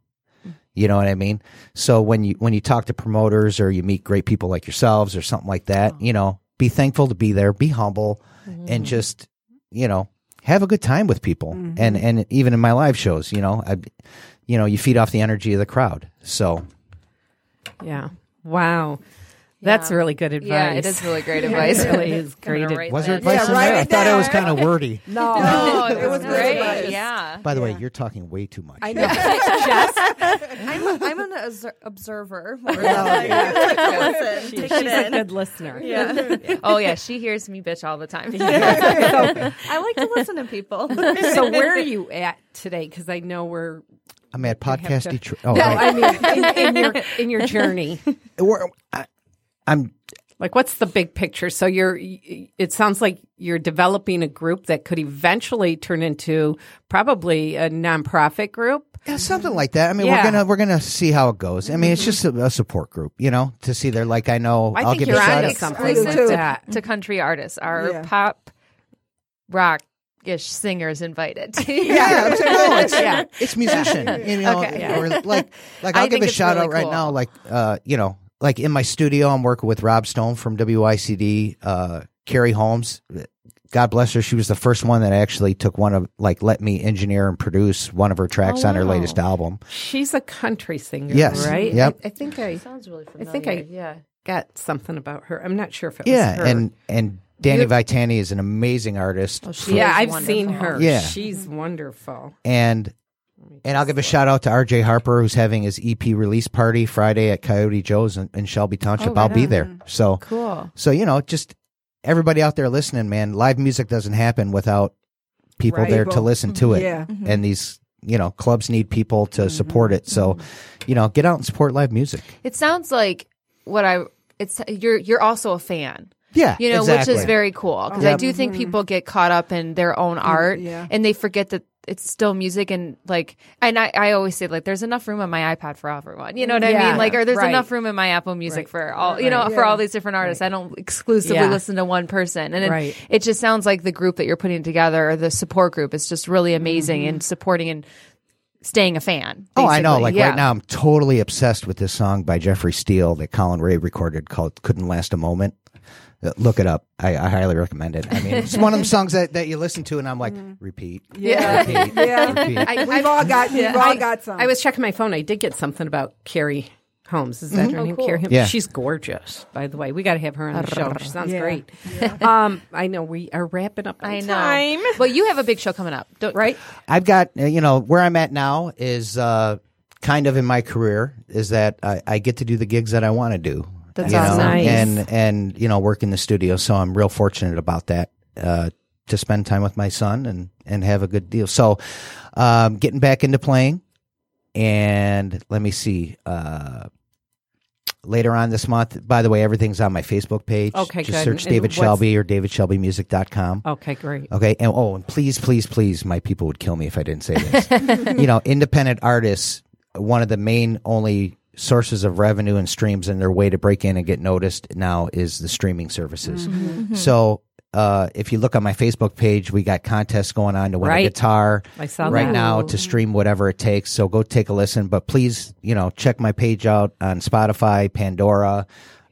Speaker 9: you know what I mean? So when you when you talk to promoters or you meet great people like yourselves or something like that, you know, be thankful to be there, be humble and just, you know, have a good time with people. And and even in my live shows, you know, I you know, you feed off the energy of the crowd. So
Speaker 5: Yeah. Wow. That's really good advice.
Speaker 8: yeah it is really great advice
Speaker 5: It really is great
Speaker 8: gonna
Speaker 5: advice.
Speaker 8: write
Speaker 9: was
Speaker 8: that.
Speaker 9: there advice in
Speaker 6: write
Speaker 9: there? I
Speaker 6: it
Speaker 9: thought it was
Speaker 6: down.
Speaker 9: kind of wordy.
Speaker 6: No.
Speaker 8: oh it, was,
Speaker 6: was good
Speaker 8: great
Speaker 6: advice.
Speaker 8: yeah
Speaker 9: By the way, you're talking way too much.
Speaker 6: I know.
Speaker 10: I'm, a, I'm an obser- observer.
Speaker 5: She- she's a good listener.
Speaker 8: oh yeah she hears me bitch all the time
Speaker 10: I like to listen to people.
Speaker 5: So where are you at today? Because I know we're.
Speaker 9: I'm at
Speaker 5: have
Speaker 9: podcast
Speaker 5: to-
Speaker 9: Detroit. Oh,
Speaker 5: No, I
Speaker 9: right.
Speaker 5: mean, in, in your in your journey,
Speaker 9: We're- I, I'm
Speaker 5: like what's the big picture? So you're. It sounds like you're developing a group that could eventually turn into probably a nonprofit group.
Speaker 9: Yeah, something like that. I mean,
Speaker 5: Yeah.
Speaker 9: we're gonna we're gonna see how it goes. I mean, it's just a, a support group, you know, to see they're like, I know
Speaker 5: I
Speaker 9: will
Speaker 5: think
Speaker 9: give
Speaker 5: you're
Speaker 9: a shout
Speaker 5: onto
Speaker 9: out.
Speaker 5: something
Speaker 6: Exclusive.
Speaker 5: with
Speaker 6: Me too.
Speaker 5: that.
Speaker 8: to country artists are
Speaker 6: Yeah.
Speaker 8: pop rock ish singers invited
Speaker 9: Yeah, I'm saying, no, it's,
Speaker 5: Yeah.
Speaker 9: it's musician, you know,
Speaker 8: Okay. Yeah.
Speaker 9: or like like I'll
Speaker 8: I
Speaker 9: give
Speaker 8: think
Speaker 9: a
Speaker 8: it's
Speaker 9: shout
Speaker 8: really
Speaker 9: out right
Speaker 8: cool.
Speaker 9: now, like uh, you know, like in my studio, I'm working with Rob Stone from WICD, uh, Carrie Holmes. God bless her. She was the first one that actually took one of like let me engineer and produce one of her tracks on her
Speaker 8: wow.
Speaker 9: latest album.
Speaker 5: She's a country singer,
Speaker 9: Yes.
Speaker 5: right?
Speaker 9: Yep.
Speaker 5: I, I think I
Speaker 8: sounds really familiar
Speaker 5: I think I-
Speaker 8: yeah
Speaker 5: got something about her. I'm not sure if it
Speaker 9: Yeah,
Speaker 5: was her.
Speaker 9: and and Danny Vitani is an amazing artist.
Speaker 8: she
Speaker 5: yeah,
Speaker 8: is
Speaker 5: I've
Speaker 8: wonderful.
Speaker 5: seen her.
Speaker 9: Yeah.
Speaker 5: She's wonderful.
Speaker 9: and and I'll give a shout out to RJ Harper who's having his EP release party Friday at Coyote Joe's in, in Shelby Township. I'll be there. So
Speaker 8: Oh, cool
Speaker 9: so you know, just everybody out there listening, man. Live music doesn't happen without people
Speaker 5: Right.
Speaker 9: there to listen to it.
Speaker 6: Yeah.
Speaker 8: Mm-hmm.
Speaker 9: And these you know clubs need people to support it. So
Speaker 8: Mm-hmm.
Speaker 9: you know, get out and support live music.
Speaker 8: It sounds like what I it's you're you're also a fan.
Speaker 9: Yeah,
Speaker 8: You know,
Speaker 9: exactly.
Speaker 8: which is very cool because I do think
Speaker 5: Mm-hmm.
Speaker 8: people get caught up in their own
Speaker 5: Mm,
Speaker 8: art
Speaker 6: yeah.
Speaker 8: and they forget that it's still music and like and I, I always say like there's enough room on my iPod for everyone. You know what I
Speaker 5: Yeah.
Speaker 8: mean? Like or there's
Speaker 5: Right.
Speaker 8: enough room in my Apple Music
Speaker 5: Right.
Speaker 8: for all you know for all these different artists. I don't exclusively
Speaker 5: Yeah.
Speaker 8: listen to one person and it,
Speaker 5: Right.
Speaker 8: it just
Speaker 5: Mm-hmm.
Speaker 8: sounds like the group that you're putting together or the support group is just really amazing and supporting and staying a fan.
Speaker 9: Oh, I know.
Speaker 8: basically.
Speaker 9: Like
Speaker 8: Yeah.
Speaker 9: right now, I'm totally obsessed with this song by Jeffrey Steele that Colin Ray recorded called "Couldn't Last a Moment." Uh, Look it up. I, I highly recommend it. I mean, it's one of them songs that, that you listen to, and I'm like, repeat.
Speaker 6: Yeah.
Speaker 9: repeat, repeat.
Speaker 6: yeah. we've all got we've all got some.
Speaker 5: I was checking my phone. I did get something about Carrie Holmes. Is that her name? Carrie Holmes.
Speaker 9: Yeah.
Speaker 5: She's gorgeous, by the way. We got to have her on the show. She sounds
Speaker 6: Yeah.
Speaker 5: great. Um, I know we are wrapping up. on
Speaker 8: I know.
Speaker 5: time.
Speaker 8: But you have a big show coming up, don't, right?
Speaker 9: I've got uh, you know where I'm at now is uh, kind of in my career is that I, I get to do the gigs that I want to do.
Speaker 8: That's
Speaker 9: you know,
Speaker 8: awesome. Nice.
Speaker 9: And and you know work in the studio, so I'm real fortunate about that uh, to spend time with my son and and have a good deal. So um, getting back into playing, and let me see. Uh, Later on this month, by the way, everything's on my Facebook page.
Speaker 5: Okay, good.
Speaker 9: Just search
Speaker 5: And
Speaker 9: David
Speaker 5: what's-
Speaker 9: Shelby or davidshelbymusic.com.
Speaker 5: Okay, great.
Speaker 9: Okay. And oh, and please, please, please, my people would kill me if I didn't say this. you know, independent artists, one of the main only sources of revenue and streams and their way to break in and get noticed now is the streaming services.
Speaker 5: Mm-hmm.
Speaker 9: So uh, if you look on my Facebook page, we got contests going on to win
Speaker 5: Right.
Speaker 9: a guitar
Speaker 5: I saw
Speaker 9: right
Speaker 5: that.
Speaker 9: now
Speaker 6: Oh.
Speaker 9: to stream whatever it takes. So go take a listen. But please, you know, check my page out on Spotify, Pandora,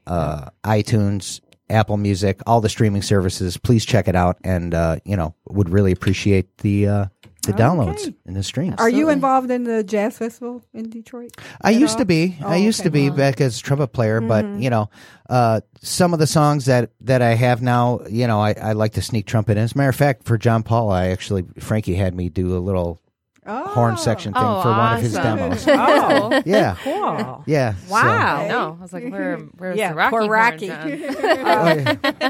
Speaker 9: uh, iTunes, Apple Music, all the streaming services. Please check it out, and uh, you know, would really appreciate the uh, the downloads and the streams.
Speaker 6: Are you involved in the jazz festival in Detroit?
Speaker 9: I
Speaker 6: at
Speaker 9: used
Speaker 6: all?
Speaker 9: to be.
Speaker 6: Oh,
Speaker 9: I used
Speaker 6: okay. Mm-hmm.
Speaker 9: to be back as a trumpet player, but you know, uh, some of the songs that that I have now, you know, I, I like to sneak trumpet in. As a matter of fact, for John Paul, I actually Frankie had me do a little
Speaker 6: Oh.
Speaker 9: horn section thing
Speaker 8: Oh,
Speaker 9: for one of his
Speaker 8: awesome.
Speaker 9: demos.
Speaker 5: Oh,
Speaker 9: yeah,
Speaker 5: cool.
Speaker 9: yeah.
Speaker 5: Wow.
Speaker 8: I know. I was like, where, where's
Speaker 5: Yeah,
Speaker 8: the Rocky?
Speaker 5: poor
Speaker 8: horn,
Speaker 5: Rocky.
Speaker 8: John?
Speaker 9: So, oh,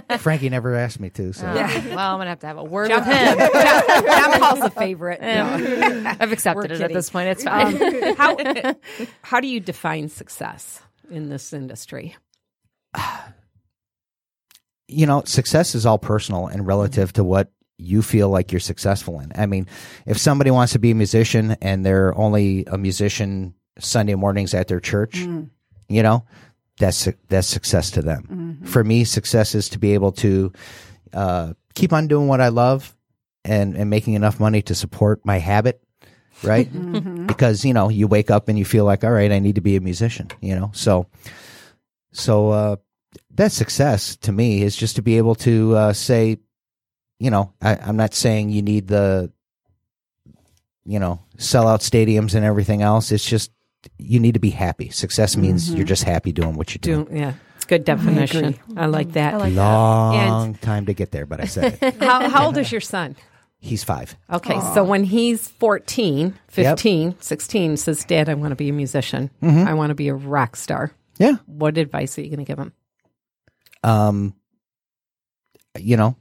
Speaker 9: yeah. Frankie never asked me to. So.
Speaker 8: Oh, Well, I'm gonna have to have a word
Speaker 5: John,
Speaker 8: with him.
Speaker 5: John, John Paul's a favorite.
Speaker 8: Yeah. I've
Speaker 5: We're
Speaker 8: accepted it at
Speaker 5: kidding.
Speaker 8: this point. It's fine.
Speaker 5: Um, how how do you define success in this industry?
Speaker 9: you know, success is all personal and relative to what you feel like you're successful in. I mean, if somebody wants to be a musician and they're only a musician Sunday mornings at their church,
Speaker 5: Mm.
Speaker 9: you know, that's su- that's success to them.
Speaker 5: Mm-hmm.
Speaker 9: For me, success is to be able to uh, keep on doing what I love and and making enough money to support my habit, right? Because you know, you wake up and you feel like, all right, I need to be a musician, you know. So, so uh, that success to me is just to be able to uh, say, you know, I, I'm not saying you need the, you know, sell out stadiums and everything else. It's just you need to be happy. Success means you're just happy doing what you're doing.
Speaker 5: Do yeah, it's a good definition. I, like that.
Speaker 9: Long time to get there, but I said it.
Speaker 5: how, how old is your son?
Speaker 9: He's five.
Speaker 5: Okay, so when he's 14, 15, 16, says, Dad, I want to be a musician.
Speaker 9: Mm-hmm.
Speaker 5: I want to be a rock star.
Speaker 9: Yeah.
Speaker 5: What advice are you going to give him?
Speaker 9: Oh. um, you know,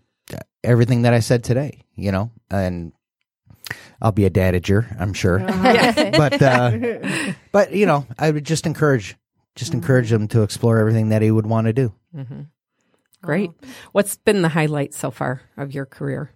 Speaker 9: everything that I said today, you know, and I'll be a dadager, I'm sure. but, uh, but, you know, I would just encourage, just encourage him to explore everything that he would want to do.
Speaker 5: Great. What's been the highlight so far of your career?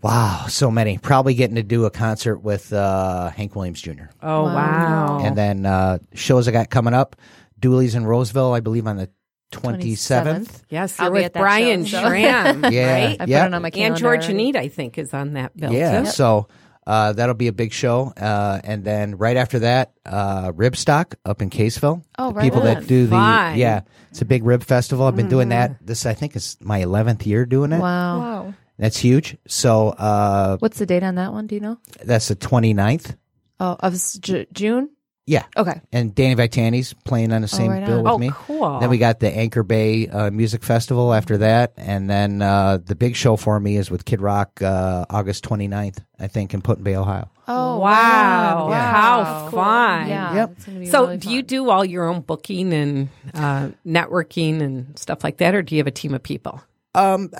Speaker 9: Wow. So many. Probably getting to do a concert with, uh, Hank Williams Jr.
Speaker 5: Oh, wow.
Speaker 9: And then, uh, shows I got coming up, Dooley's in Roseville, I believe on the 27th.
Speaker 5: yes,
Speaker 8: I'll
Speaker 5: you're
Speaker 8: be
Speaker 5: with
Speaker 8: at that
Speaker 5: Brian
Speaker 8: show, so.
Speaker 5: Schramm.
Speaker 9: Yeah.
Speaker 5: Right?
Speaker 8: I
Speaker 9: yeah.
Speaker 8: put it on my
Speaker 5: And
Speaker 8: calendar.
Speaker 5: Georgianita, I think, is on that bill.
Speaker 9: Yeah.
Speaker 5: too.
Speaker 9: So uh, that'll be a big show. Uh, and then right after that, uh, Ribstock up in Caseville.
Speaker 8: Oh,
Speaker 9: The
Speaker 8: right
Speaker 9: People
Speaker 8: on. Mm-hmm.
Speaker 9: that do the
Speaker 5: Fun.
Speaker 9: yeah, it's a big rib festival. I've been doing that. This I think is my eleventh year doing it.
Speaker 8: Wow.
Speaker 10: Wow.
Speaker 9: That's huge. So uh,
Speaker 8: What's the date on that one? Do you know?
Speaker 9: that's the 29th.
Speaker 8: Oh, of s- Ju- June.
Speaker 9: Yeah.
Speaker 8: Okay.
Speaker 9: And Danny Vitani's playing on the same
Speaker 8: right
Speaker 9: bill
Speaker 8: on.
Speaker 9: with
Speaker 5: Oh,
Speaker 9: me.
Speaker 5: cool.
Speaker 9: Then we got the Anchor Bay uh, Music Festival after that. And then uh, the big show for me is with Kid Rock uh, August 29th, I think, in Putnam Bay, Ohio.
Speaker 8: Oh
Speaker 5: Wow. How
Speaker 8: Cool.
Speaker 5: fun.
Speaker 8: Yeah.
Speaker 9: Yep.
Speaker 8: it's gonna be
Speaker 5: So,
Speaker 8: really
Speaker 5: do you
Speaker 8: fun.
Speaker 5: do all your own booking and uh, networking and stuff like that, or do you have a team of people?
Speaker 9: um,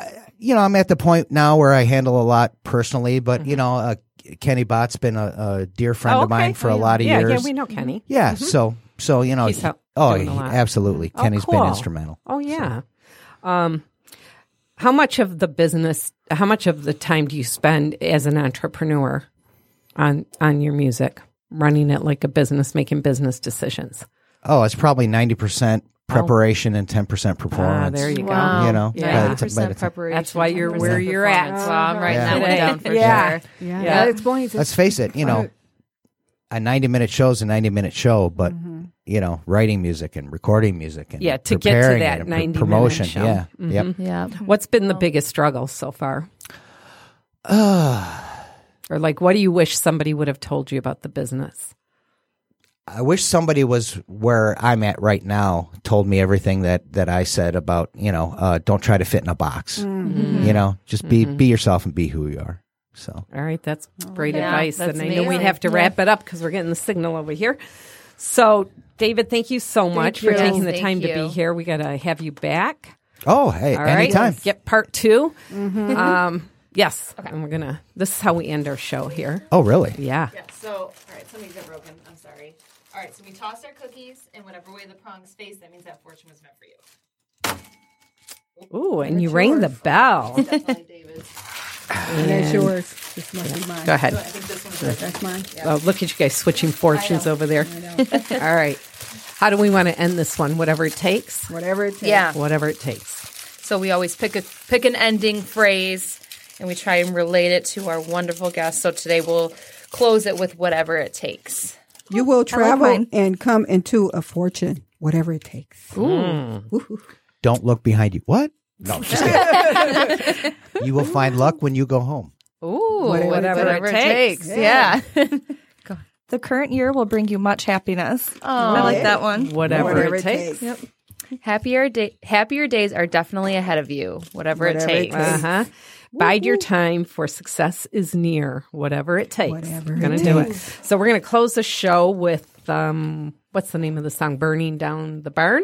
Speaker 9: you know, I'm at the point now where I handle a lot personally, but you know, uh, Kenny Bot's been a, a dear friend
Speaker 5: Mm-hmm. Oh,
Speaker 9: of mine
Speaker 5: okay.
Speaker 9: for a lot of
Speaker 5: yeah,
Speaker 9: years.
Speaker 5: Yeah, we know Kenny.
Speaker 9: Yeah, so so you know,
Speaker 5: He's help-
Speaker 9: oh,
Speaker 5: doing a lot.
Speaker 9: absolutely,
Speaker 5: Oh,
Speaker 9: Kenny's
Speaker 5: cool.
Speaker 9: been instrumental.
Speaker 5: Oh yeah. Um, how much of the business? How much of the time do you spend as an entrepreneur on on your music, running it like a business, making business decisions?
Speaker 9: Oh, it's probably ninety percent preparation and ten percent
Speaker 5: Oh. Ah,
Speaker 9: performance.
Speaker 5: there you go.
Speaker 8: Wow.
Speaker 9: You know,
Speaker 5: Yeah.
Speaker 9: by the t- by the
Speaker 8: 90%
Speaker 9: t-
Speaker 8: preparation.
Speaker 5: That's why you're
Speaker 8: 10%
Speaker 5: where you're at.
Speaker 8: performance. So I'm writing
Speaker 9: Yeah.
Speaker 8: that one down for
Speaker 6: Oh, Yeah.
Speaker 8: sure.
Speaker 6: Yeah,
Speaker 5: Yeah.
Speaker 6: that explains it.
Speaker 9: let's face it, you know, a 90 minute show is a 90 minute show, but you know, writing music and recording music and
Speaker 5: Mm-hmm. Yeah, to get to
Speaker 9: preparing it
Speaker 5: that
Speaker 9: and pr-
Speaker 5: 90 minute
Speaker 9: promotion.
Speaker 5: show.
Speaker 9: Yeah.
Speaker 5: Mhm.
Speaker 9: Yep.
Speaker 8: Yeah.
Speaker 5: What's been the biggest struggle so far? or like, what do you wish somebody would have told you about the business?
Speaker 9: I wish somebody was where I'm at right now, told me everything that, that I said about, you know, uh, don't try to fit in a box.
Speaker 5: Mm-hmm.
Speaker 9: You know, just be, be yourself and be who you are. So
Speaker 5: All right, that's great
Speaker 8: Yeah,
Speaker 5: advice.
Speaker 8: that's
Speaker 5: and I know we
Speaker 8: amazing.
Speaker 5: have to wrap it up because we're getting the signal over here. So, David, thank you so much
Speaker 8: you.
Speaker 5: for taking the
Speaker 8: Yes,
Speaker 5: time
Speaker 8: thank
Speaker 5: to be
Speaker 8: you.
Speaker 5: here. We got to have you back.
Speaker 9: Oh, hey,
Speaker 5: All right,
Speaker 9: anytime.
Speaker 5: let's get part 2 Um, yes, and we're gonna. This is how we end our show here.
Speaker 9: Oh, really?
Speaker 5: Yeah.
Speaker 11: Yeah, so, all right, something got broken. I'm sorry. All right, so we tossed our cookies in whatever way the prongs face. That means that fortune was meant for you.
Speaker 5: Ooh, and you rang the bell.
Speaker 11: Definitely, David.
Speaker 6: And that's yours. This must be mine.
Speaker 5: Go ahead.
Speaker 11: I think this one's right.
Speaker 6: That's mine.
Speaker 5: Oh, look at you guys switching fortunes over there. All right. How do we want to end this one? Whatever it takes.
Speaker 6: Whatever it takes.
Speaker 8: Yeah.
Speaker 5: Whatever it takes.
Speaker 8: So we always pick a pick an ending phrase and we try and relate it to our wonderful guest. So today we'll close it with whatever it takes.
Speaker 6: You will travel
Speaker 10: mine.
Speaker 6: and come into a fortune, whatever it takes.
Speaker 9: Don't look behind you. What? No, just kidding. you will find luck when you go home.
Speaker 8: Ooh,
Speaker 6: Whatever-
Speaker 5: whatever it takes.
Speaker 8: Yeah.
Speaker 10: The current year will bring you much happiness. Oh, I like that one.
Speaker 5: Whatever, it takes.
Speaker 8: happier day happier days are definitely ahead of you. Whatever, it
Speaker 6: Whatever it
Speaker 8: takes.
Speaker 5: Uh huh. Bide your time for success is near. Whatever it takes.
Speaker 6: Whatever
Speaker 5: we're gonna
Speaker 6: it
Speaker 5: do it. So we're gonna close the show with um. What's the name of the song? Burning down the barn.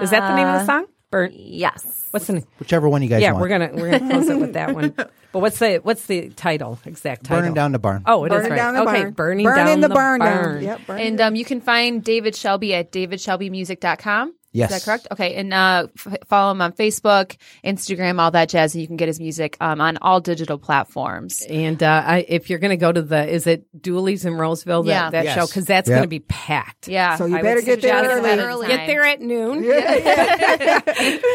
Speaker 5: Is that the name of the
Speaker 6: Uh,
Speaker 5: song? Burn.
Speaker 8: Yes.
Speaker 5: What's the name?
Speaker 9: Whichever one you guys
Speaker 5: Yeah,
Speaker 9: want.
Speaker 5: we're gonna we're gonna close it with that one. But what's the what's the title? Exact title.
Speaker 9: Burning down the barn.
Speaker 5: Oh, it is
Speaker 6: Burning
Speaker 5: right.
Speaker 6: down the
Speaker 5: okay,
Speaker 6: barn.
Speaker 5: burning,
Speaker 6: burning
Speaker 5: down
Speaker 6: the, barn, down.
Speaker 5: Yep.
Speaker 6: Yep, burning
Speaker 8: And um, you can find David Shelby at davidshelbymusic.com.
Speaker 9: Yes.
Speaker 8: Is that correct? Okay. And uh, f- follow him on Facebook, Instagram, all that jazz. And you can get his music um, on all digital platforms.
Speaker 5: And uh, I, if you're going to go to the, is it Dooley's in Roseville? That,
Speaker 8: Yeah.
Speaker 5: that
Speaker 9: Yes.
Speaker 5: show because that's
Speaker 9: Yep.
Speaker 5: going to be packed.
Speaker 8: Yeah.
Speaker 6: So you
Speaker 8: I
Speaker 6: better
Speaker 8: would
Speaker 6: get there
Speaker 8: suggest that
Speaker 6: early.
Speaker 5: Get there at noon.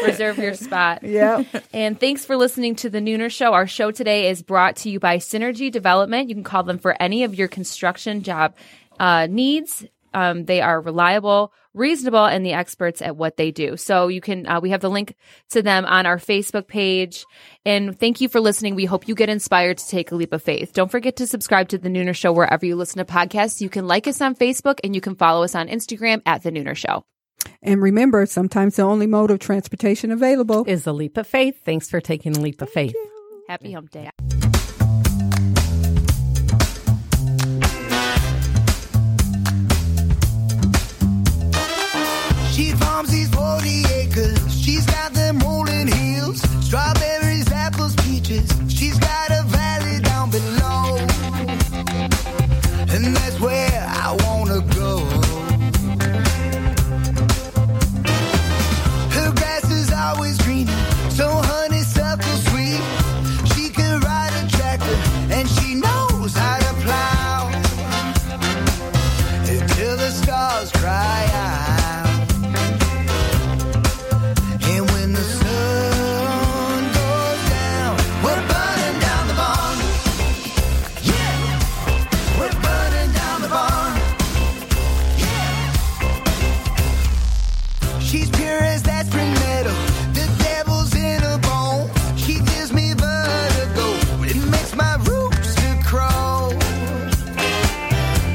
Speaker 8: Reserve your spot.
Speaker 6: Yep.
Speaker 8: And thanks for listening to the Nooner Show. Our show today is brought to you by Synergy Development. You can call them for any of your construction job uh, needs. Um, they are reliable, reasonable, and the experts at what they do. So you can, uh, we have the link to them on our Facebook page. And thank you for listening. We hope you get inspired to take a leap of faith. Don't forget to subscribe to The Nooner Show wherever you listen to podcasts. You can like us on Facebook and you can follow us on Instagram at The Nooner Show.
Speaker 6: And remember, sometimes the only mode of transportation available
Speaker 5: Is a leap of faith. Thanks for taking a leap of faith.
Speaker 8: Happy hump day.
Speaker 4: She farms these 40 acres. She's got them rolling hills, strawberries, apples, peaches. She's got a valley down below. And that's where I wanna go. Her grass is always green, so honeysuckle sweet. She can ride a tractor and she knows how to plow. Until the stars cry out. And when the sun goes down, we're burning down the barn. Yeah, we're burning down the barn. Yeah, she's pure as that spring meadow. The devil's in her bone. She gives me vertigo. It makes my rooster crow.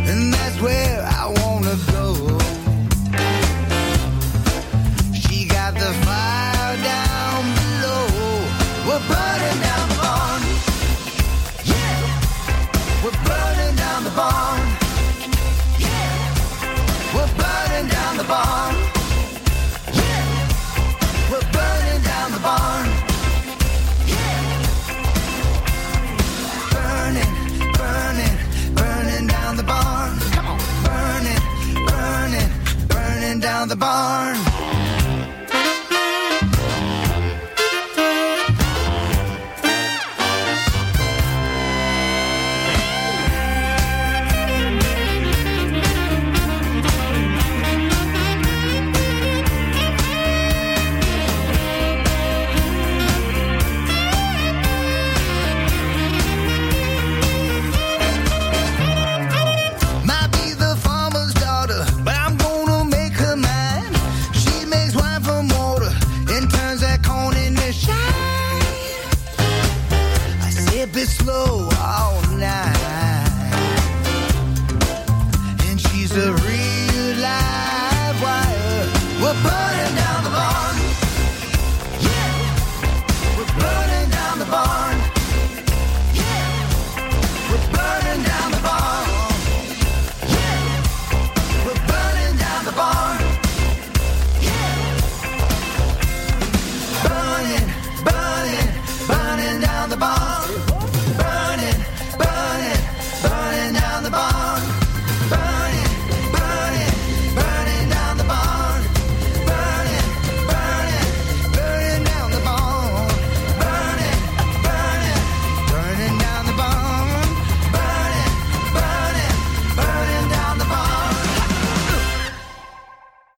Speaker 4: And that's where I wanna go. She got the fire down below. We're burning down the barn. Yeah. We're burning down the barn. Yeah. We're burning down the barn. Yeah. We're burning down the barn. Yeah. Burning, burning, burning down the barn. Come on. Burning, burning, burning down the barn. Might be though